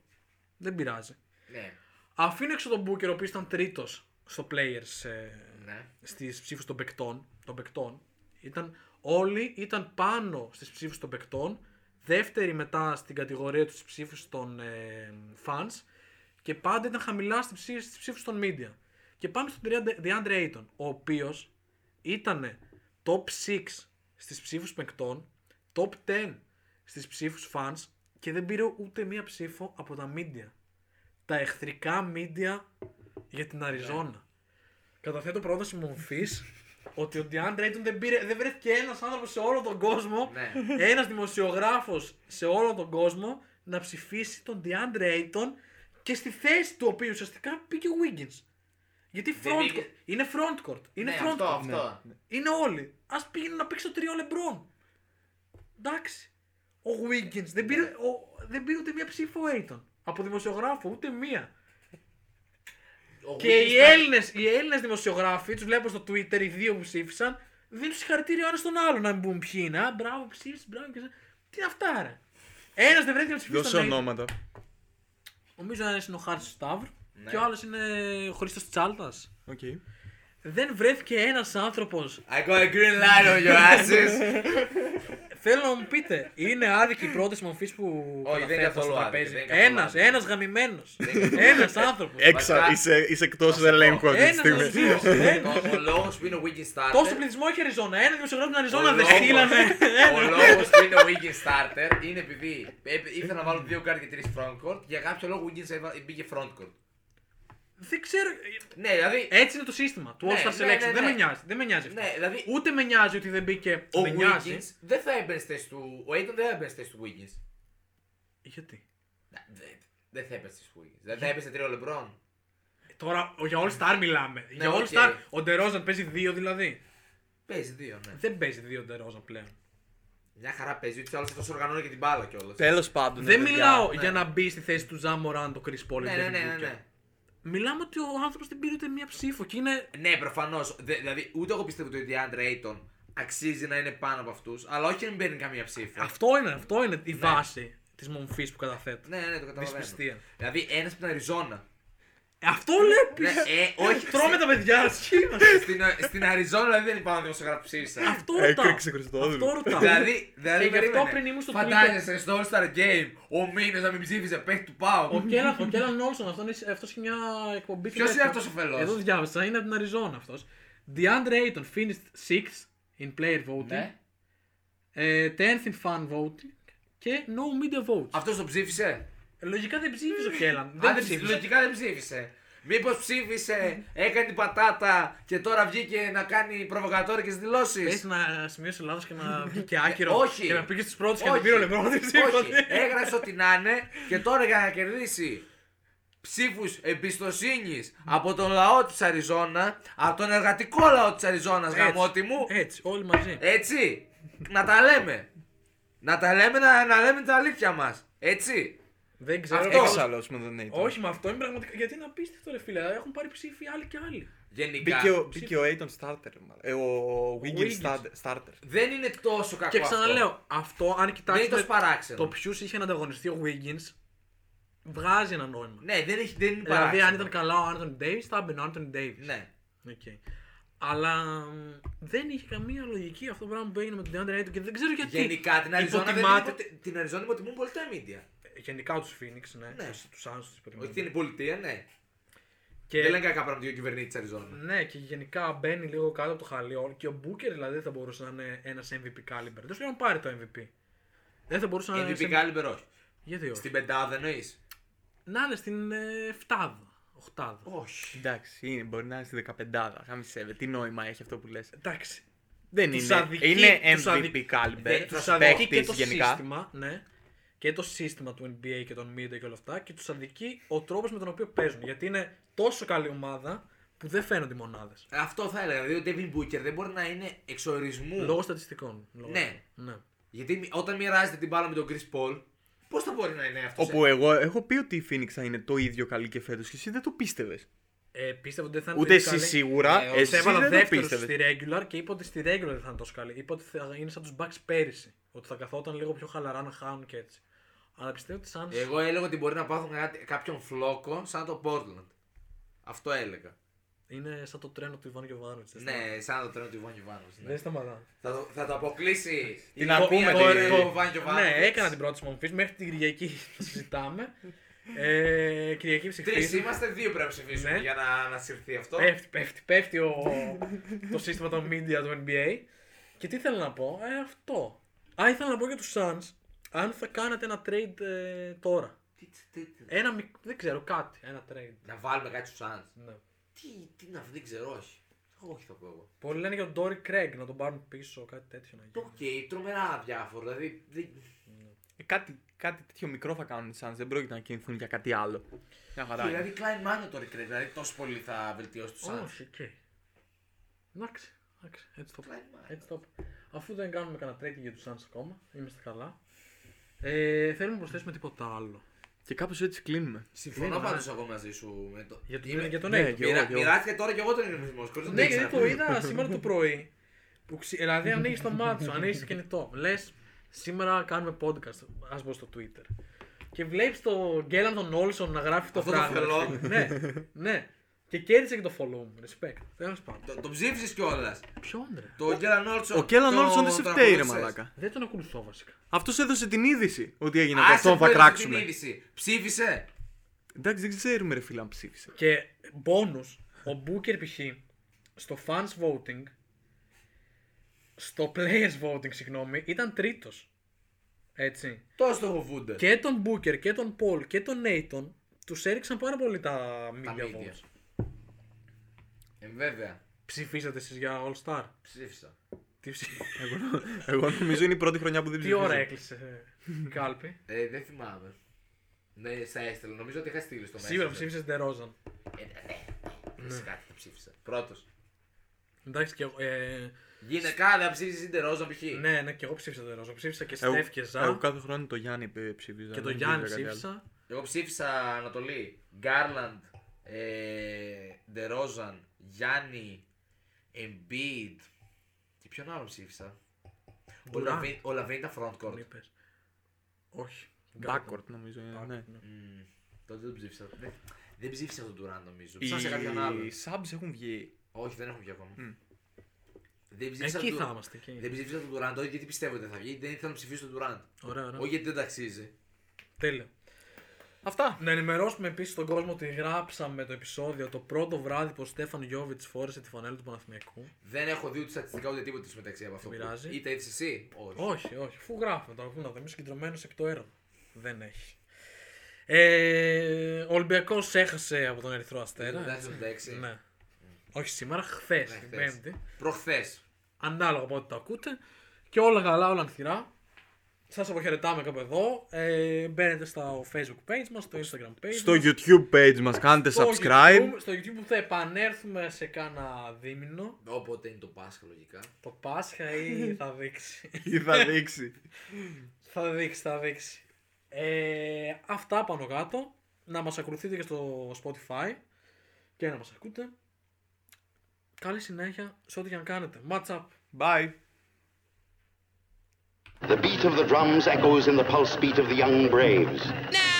Δεν πειράζει. Ναι, Αφήνω έξω τον Booker ο οποίος ήταν τρίτος στο players ε, ναι. στις ψήφους των παικτών. Των παικτών. Ήταν, όλοι ήταν πάνω στις ψήφους των παικτών. Δεύτερη μετά στην κατηγορία τους ψήφους των ε, fans. Και πάντα ήταν χαμηλά στις ψήφους ψήφους των media. Και πάμε στον Deand- DeAndre Ayton, ο οποίος ήταν top 6 στις ψήφους παικτών, top 10 στις ψήφους fans και δεν πήρε ούτε μία ψήφο από τα media. Τα εχθρικά media για την Αριζόνα. Ναι. Καταθέτω πρόταση μορφής ότι ο DeAndre Ayton δεν, πήρε, δεν βρέθηκε ένας άνθρωπος σε όλο τον κόσμο, Ναι. ένας δημοσιογράφος σε όλο τον κόσμο να ψηφίσει τον DeAndre Ayton και στη θέση του οποίου ουσιαστικά πήγε ο Wiggins. Γιατί Δεν frontcourt. είχε- Είναι frontcourt. Είναι ναι, frontcourt. αυτό, αυτό. Είναι όλοι. Ας πήγαινε να παίξει το τριό LeBron. Εντάξει. Ο Wiggins δεν πήρε, ο, δεν πήρε ούτε μία ψήφο ο Aiton. Από δημοσιογράφο, ούτε μία. Ο Και Ε- Wiggins οι ήταν- Έλληνες οι Έλληνες δημοσιογράφοι, τους βλέπω στο Twitter, οι δύο που ψήφισαν, δίνουν συγχαρητήριο ένας στον άλλον να μην πούν ποιοι είναι. Α, μπράβο, ψήφισε, μπράβο. Και... Τι είναι αυτά, ρε. Ένας δεν βρέθηκε να ψηφίσει. Δώσε τον Aiton. ονόματα. Νομίζω ένας είναι ο Χάρη Σταύρου Ναι. και ο άλλος είναι ο Χρήστος Τσάλτας. Οκ. Δεν βρέθηκε ένας άνθρωπος I got a green light on your asses. Θέλω να μου πείτε, είναι άδικη η πρόταση μορφή που Όχι, δεν είναι καταθέτω στο καθόλου άδικη, τραπέζι. δεν είναι καθόλου Ένας, άδικη. ένας γαμημένος. καθόλου Ένας άνθρωπος. Έξα, Βασικά- είσαι, είσαι εκτός ελέγχου αυτή τη Ένας από τους στιγμή. δύο. Ένα. Ο- Ο λόγος που είναι ο Wiggins Starter. ε? Τόσο πληθυσμό έχει η Αριζόνα. Ένα δημοσιογράφο στην ο Αριζόνα δεν λόγος- στείλανε. Ο λόγος που είναι ο Wiggins Starter είναι επειδή ε, ήθελα να βάλω δύο guard και τρεις frontcourt. Για κάποιο λόγο ο Wiggins έβα- μπήκε frontcourt. Δεν ξέρω. Ναι, δηλαδή. Έτσι είναι το σύστημα του Ναι, All Star ναι, ναι, Selection. Δεν ναι. με νοιάζει. Δεν με νοιάζει. αυτό. Ναι, δηλαδή Ούτε με νοιάζει ότι δεν μπήκε. ο με νοιάζει. Wiggins δεν θα έμπαινε στη θέση του. Ο Aiton δεν θα έμπαινε στη θέση του Wiggins. Γιατί. Να, δεν- Δεν θα έπεσε στη Wiggins. Δεν θα έπεσε τρία ο LeBron. Τώρα ο- για All Star μιλάμε. για All Ναι, οκ. Star. Ο Ντερόζαν παίζει δύο δηλαδή. Παίζει δύο, ναι. Δεν παίζει δύο Ντερόζαν πλέον. Μια χαρά παίζει, ούτως ή άλλως αυτό οργανώνει και την μπάλα κιόλας. Τέλος πάντων. Δεν παιδιά. μιλάω ναι. για να μπει στη θέση του Ζαμοράν το Chris Paul. ή Ναι, ναι, Devin ναι, ναι, Booker. ναι. Μιλάμε ότι ο άνθρωπος δεν πήρε ούτε μία ψήφο και είναι. Ναι, προφανώς. Δηλαδή, ούτε εγώ πιστεύω ότι ο DeAndre Ayton αξίζει να είναι πάνω από αυτούς, αλλά όχι να μην παίρνει καμία ψήφο. Αυτό είναι, αυτό είναι η βάση της μορφή που καταθέτω. Ναι, ναι, το καταλαβαίνω. Δυσπιστία. Δηλαδή, ένας από την Αριζόνα. Ε, Αυτό λέει ναι, πίσω. ε, όχι. Τρώμε τα παιδιά, σχήμα. στην, στην Αριζόνα δηλαδή, δεν υπάρχουν δημοσιογράφοι που ψήφισαν. Αυτό ρωτάω. Έκρηξε Χριστόδουλου. Αυτό ρωτάω. δηλαδή, δηλαδή Και γι' αυτό περίμενε. πριν ήμουν στο Twitter- Φαντάζεσαι στο All Star Game ο Μήνο να μην ψήφιζε παίχτη του Πάου. Ο Κέλαν- Ο Κέλαν Νόλσον, αυτό είναι- αυτός έχει μια εκπομπή. Ποιος που είναι αυτός ο φελός? Εδώ διάβασα, είναι από την Αριζόνα αυτός. DeAndre Ayton finished 6th in player voting, Ναι. 10th in fan voting και no media votes. Αυτός τον ψήφισε. Λογικά δεν ψήφισε ο Κέλαν. Δεν Δεν ψήφισε. Λογικά δεν ψήφισε. Μήπως ψήφισε, έκανε την πατάτα και τώρα βγήκε να κάνει προβοκατόρικε Πες δηλώσει. να σημειώσει λάθος και να βγήκε άκυρο. όχι. Και να πήγε στους πρώτους και να πήρε ο λεμπρό. Δεν Όχι. Έγραψε ότι να είναι και τώρα για να κερδίσει ψήφους εμπιστοσύνης από τον λαό της Αριζόνα, από τον εργατικό λαό της Αριζόνας, γαμότη μου. Ε, Έτσι, όλοι μαζί. Έτσι. να τα λέμε. Να τα λέμε, να, να λέμε τα αλήθεια μας. Έτσι. Δεν ξέρω. αυτό. Έξα. Έξαλλο με τον Νέιτον. Όχι, με αυτό είναι πραγματικά. Γιατί είναι απίστευτο ρε φίλε. Έχουν πάρει ψήφοι άλλοι και άλλοι. Γενικά. Μπήκε ο- Μπήκε ο Aiton starter. μάλλον. Ε, Ο Wiggins Wiggins. starter- starter. Δεν είναι τόσο κακό. Και αυτό. ξαναλέω, αυτό αν Δεν είναι τόσο κοιτάξετε παράξενο. το ποιους είχε ανταγωνιστεί ο Wiggins, βγάζει ένα νόημα. Ναι, δεν, έχει, δεν είναι παράξενο. Δηλαδή, αν ήταν καλά ο Άντων Ντέιβι, θα έμπαινε ο Άντων Ντέιβι. Ναι. Αλλά μ, δεν είχε καμία λογική αυτό το πράγμα που έγινε με τον DeAndre Ayton και δεν ξέρω γιατί. Γενικά την Αριζόνα δεν Υποτιμάται- υποτι- την Αριζόνα υποτιμούν πολύ τα media. Γενικά τους Phoenix, ναι. Ναι. τους- Τους Suns τους περιμένουν. Ότι είναι πολιτεία, ναι. Και, Δεν λένε κακά πράγματα για κυβερνήτης της Αριζόνα. ναι, και γενικά μπαίνει λίγο κάτω από το χαλί. Ο- Και ο Booker δηλαδή δεν θα μπορούσε να είναι ένας MVP caliber. Δεν σου λέω να πάρει το MVP. Δεν θα μπορούσε να είναι. MVP ένας Caliber όχι. Γιατί όχι. Στην πεντάδα εννοείς. Να είναι στην ε, 7 8 Όχι. Εντάξει, είναι, μπορεί να είναι στη 15η. Χαμισεύε. Τι νόημα έχει αυτό που λες. Εντάξει. Δεν Τους είναι. αδικεί- είναι τους MVP αδικ- caliber. Δε- τους Τους αδικεί και παίχτης το γενικά. σύστημα, ναι. Και το σύστημα του NBA και των media και όλα αυτά. Και τους αδικεί ο τρόπος με τον οποίο παίζουν. Γιατί είναι τόσο καλή ομάδα που δεν φαίνονται οι μονάδες. Αυτό θα έλεγα. Δηλαδή ο Devin Booker δεν μπορεί να είναι εξορισμού. Λόγω στατιστικών. Λόγω. Ναι. ναι. Γιατί μι- όταν μοιράζεται την μπάλα με τον Chris Paul, πώς θα μπορεί να είναι αυτός. Όπου εγώ έχω πει ότι η Phoenix θα είναι το ίδιο καλή και φέτος και εσύ δεν το πίστευες. Ε, πίστευα ότι δεν θα είναι Ούτε τόσο εσύ καλή. σίγουρα, Ε, εσύ έβαλα δεν το δεύτερο στη πίστευε. regular και είπε ότι στη regular δεν θα είναι τόσο καλή. Είπε ότι θα είναι σαν τους Bucks πέρυσι. Ότι θα καθόταν λίγο πιο χαλαρά να χάνουν και έτσι. Αλλά πιστεύω ότι σαν. Εγώ έλεγα ότι μπορεί να πάθουν κάτι- κάποιον φλόκο σαν το Portland. Αυτό έλεγα. Είναι σαν το τρένο του Ιβάν Γιοβάνοβιτ. Ναι, σαν το τρένο του Ιβάνι Ιβάνοβιτ. Δεν σταματά. ναι. Θα, το- θα το αποκλείσει. Την ακούμε το- την- το- Βάνη Γιωβάνη. Ναι, έκανα την πρώτη μορφή μέχρι την Κυριακή. θα συζητάμε. Ε, Κυριακή Τρει ψηφίζει. είμαστε, δύο πρέπει να ψηφίσουμε Ναι. για να ανασυρθεί αυτό. Πέφτει, πέφτει, πέφτει ο, το σύστημα των media του NBA. Και τι θέλω να πω, ε, αυτό. Α, ήθελα να πω για τους Suns, αν θα κάνατε ένα trade ε, τώρα. Τι- τι- τι- Ένα μικ... δεν ξέρω, κάτι, ένα trade. Να βάλουμε κάτι στους Suns. Ναι. Τι, τι να βρει, δεν ξέρω, όχι. Όχι θα πω εγώ. Πολλοί λένε για τον Ντόρι Κρέγκ να τον πάρουν πίσω, κάτι τέτοιο να γίνει. Το οκ, τρομερά αδιάφορο. Δηλαδή. δεν- Ε, κάτι, κάτι τέτοιο μικρό θα κάνουν οι Suns. Δεν πρόκειται να κινηθούν για κάτι άλλο. Μια χαρά. είναι. Δηλαδή, Klein Mania το recruit, δηλαδή τόσο πολύ θα βελτιώσει τους άλλου. Όχι, και. Εντάξει, εντάξει, έτσι το πω. Κλάιν Έτσι το πω. Αφού δεν κάνουμε κανένα trading για τους Suns ακόμα, είμαστε καλά. Ε, θέλουμε να προσθέσουμε τίποτα άλλο. Και κάπως έτσι κλείνουμε. Συμφωνώ πάντως εγώ μαζί σου. Με το... Για τον Είμαι- Είμαι... για τον ναι, Aiton. και Μοιρα- εγώ, και εγώ. Μοιράστηκε τώρα και εγώ τον ηρεμισμό. χωρίς να Ναι, ήξερα. γιατί το είδα σήμερα το πρωί. Που ξυ... Δηλαδή, ανοίγεις το μάτι σου, ανοίγεις το κινητό. Λες, σήμερα κάνουμε podcast. Ας μπω στο Twitter. Και βλέπεις τον Γκέλαν τον Όλσον να γράφει το Αυτό το πράγμα. follow. ρε φίλε. ναι, ναι. Και κέρδισε και το follow μου. Respect. Τέλος πάντων. Το, το ψήφισες κιόλας. Ποιον ρε. Το Γκέλαν Όλσον. Ο Κέλλαν το- Όλσον δεν σε το φταίει, ρε ακολούθησες. μαλάκα. Δεν τον ακολουθώ βασικά. Αυτός έδωσε την είδηση ότι έγινε Άσε αυτό. Αυτόν που θα έδωσε κράξουμε. την είδηση. Ψήφισε. Εντάξει, δεν ξέρουμε, ρε φίλε, αν ψήφισε. Και bonus, ο Booker π.χ. στο fans voting, στο players voting, συγγνώμη, ήταν τρίτος. Έτσι. Τόσο το φοβούνται. Και τον Booker και τον Paul και τον Nathan τους έριξαν πάρα πολύ τα media media. votes. Ε, βέβαια. Ψηφίσατε εσείς για All Star. Ψήφισα. Τι, ψη- Εγώ νομίζω είναι η πρώτη χρονιά που δεν τι ψήφισα. ώρα έκλεισε ε, η κάλπη. Ε, δεν θυμάμαι. Ναι, στα έστειλε. Νομίζω ότι είχα στείλει στο μέσα. Σίγουρα ψήφισε την Rosen. Ε, ναι, ναι. Σε κάτι το ψήφισα. Πρώτος. Εντάξει και εγώ. ε, Γυναικά δεν ψήφισε την Τερόζα π.χ. ναι, ναι, και εγώ ψήφισα την Rosen. Ψήφισα και Εγώ, Στεφ και εγώ Ζα. κάθε χρόνο το Γιάννη ε, ψήφιζα. Και δεν τον Γιάννη κάτι άλλο. ψήφισα. Εγώ ψήφισα Ανατολή. Γκάρλαντ, ε, Ντερόζαν, Γιάννη, Εμπίτ. Και ποιον άλλο ψήφισα. Ο Ντουράντ. Λαβίν- Ο Λαβίν ήταν Τον frontcourt. είπες. Όχι. Backward, νομίζω. είναι, Ναι. Μμμ, Τότε δεν ψήφισα. Δεν, δεν ψήφισα τον Τουράν νομίζω. Οι... Ψήφισα κάποιον άλλο. οι subs έχουν βγει. Όχι, δεν έχω βγει ακόμα. Δεν ψήφισα Εκεί τον- θα είμαστε. εκεί. Δεν ψήφισα τον Τουράντ, όχι γιατί πιστεύω ότι θα βγει, δεν ήθελα να ψηφίσω τον Τουράντ. Ωραία, ωραία. Όχι γιατί δεν ταξίζει. Τέλεια. Αυτά. Να ενημερώσουμε επίσης τον κόσμο ότι γράψαμε το επεισόδιο το πρώτο βράδυ που ο Στέφαν Γιώβιτ φόρεσε τη φανέλα του Παναθηναϊκού. Δεν έχω δει ούτε στατιστικά ούτε τίποτα μεταξύ από αυτό. που- πειράζει. Ή τα είδε εσύ. Όχι. Όχι, όχι. Αφού γράφουμε τώρα, αφού να δούμε συγκεντρωμένο επί το έργο. Δεν έχει. Ε, ο Ολυμπιακός έχασε από τον Ερυθρό Αστέρα. Εντάξει, έτσι. εντάξει. Ναι. Όχι σήμερα, χθες, Ναι, την Πέμπτη. Προχθές. Ανάλογα από ό,τι τα ακούτε. Και όλα καλά, όλα ανθυρά. Σας αποχαιρετάμε κάπου εδώ. Ε, μπαίνετε στο Facebook page μας, στο Instagram page. Στο μας. YouTube page μας κάντε Στο subscribe. YouTube- στο YouTube που θα επανέλθουμε σε κάνα δίμηνο. Όποτε είναι το Πάσχα λογικά. Το Πάσχα ή θα δείξει. Ή θα δείξει. θα δείξει, θα δείξει. Ε, αυτά πάνω κάτω. Να μας ακολουθείτε και στο Spotify και να μας ακούτε. Καλή συνέχεια σε ό,τι και αν κάνετε. Match up. Bye. The beat of the drums echoes in the pulse beat of the young braves. Now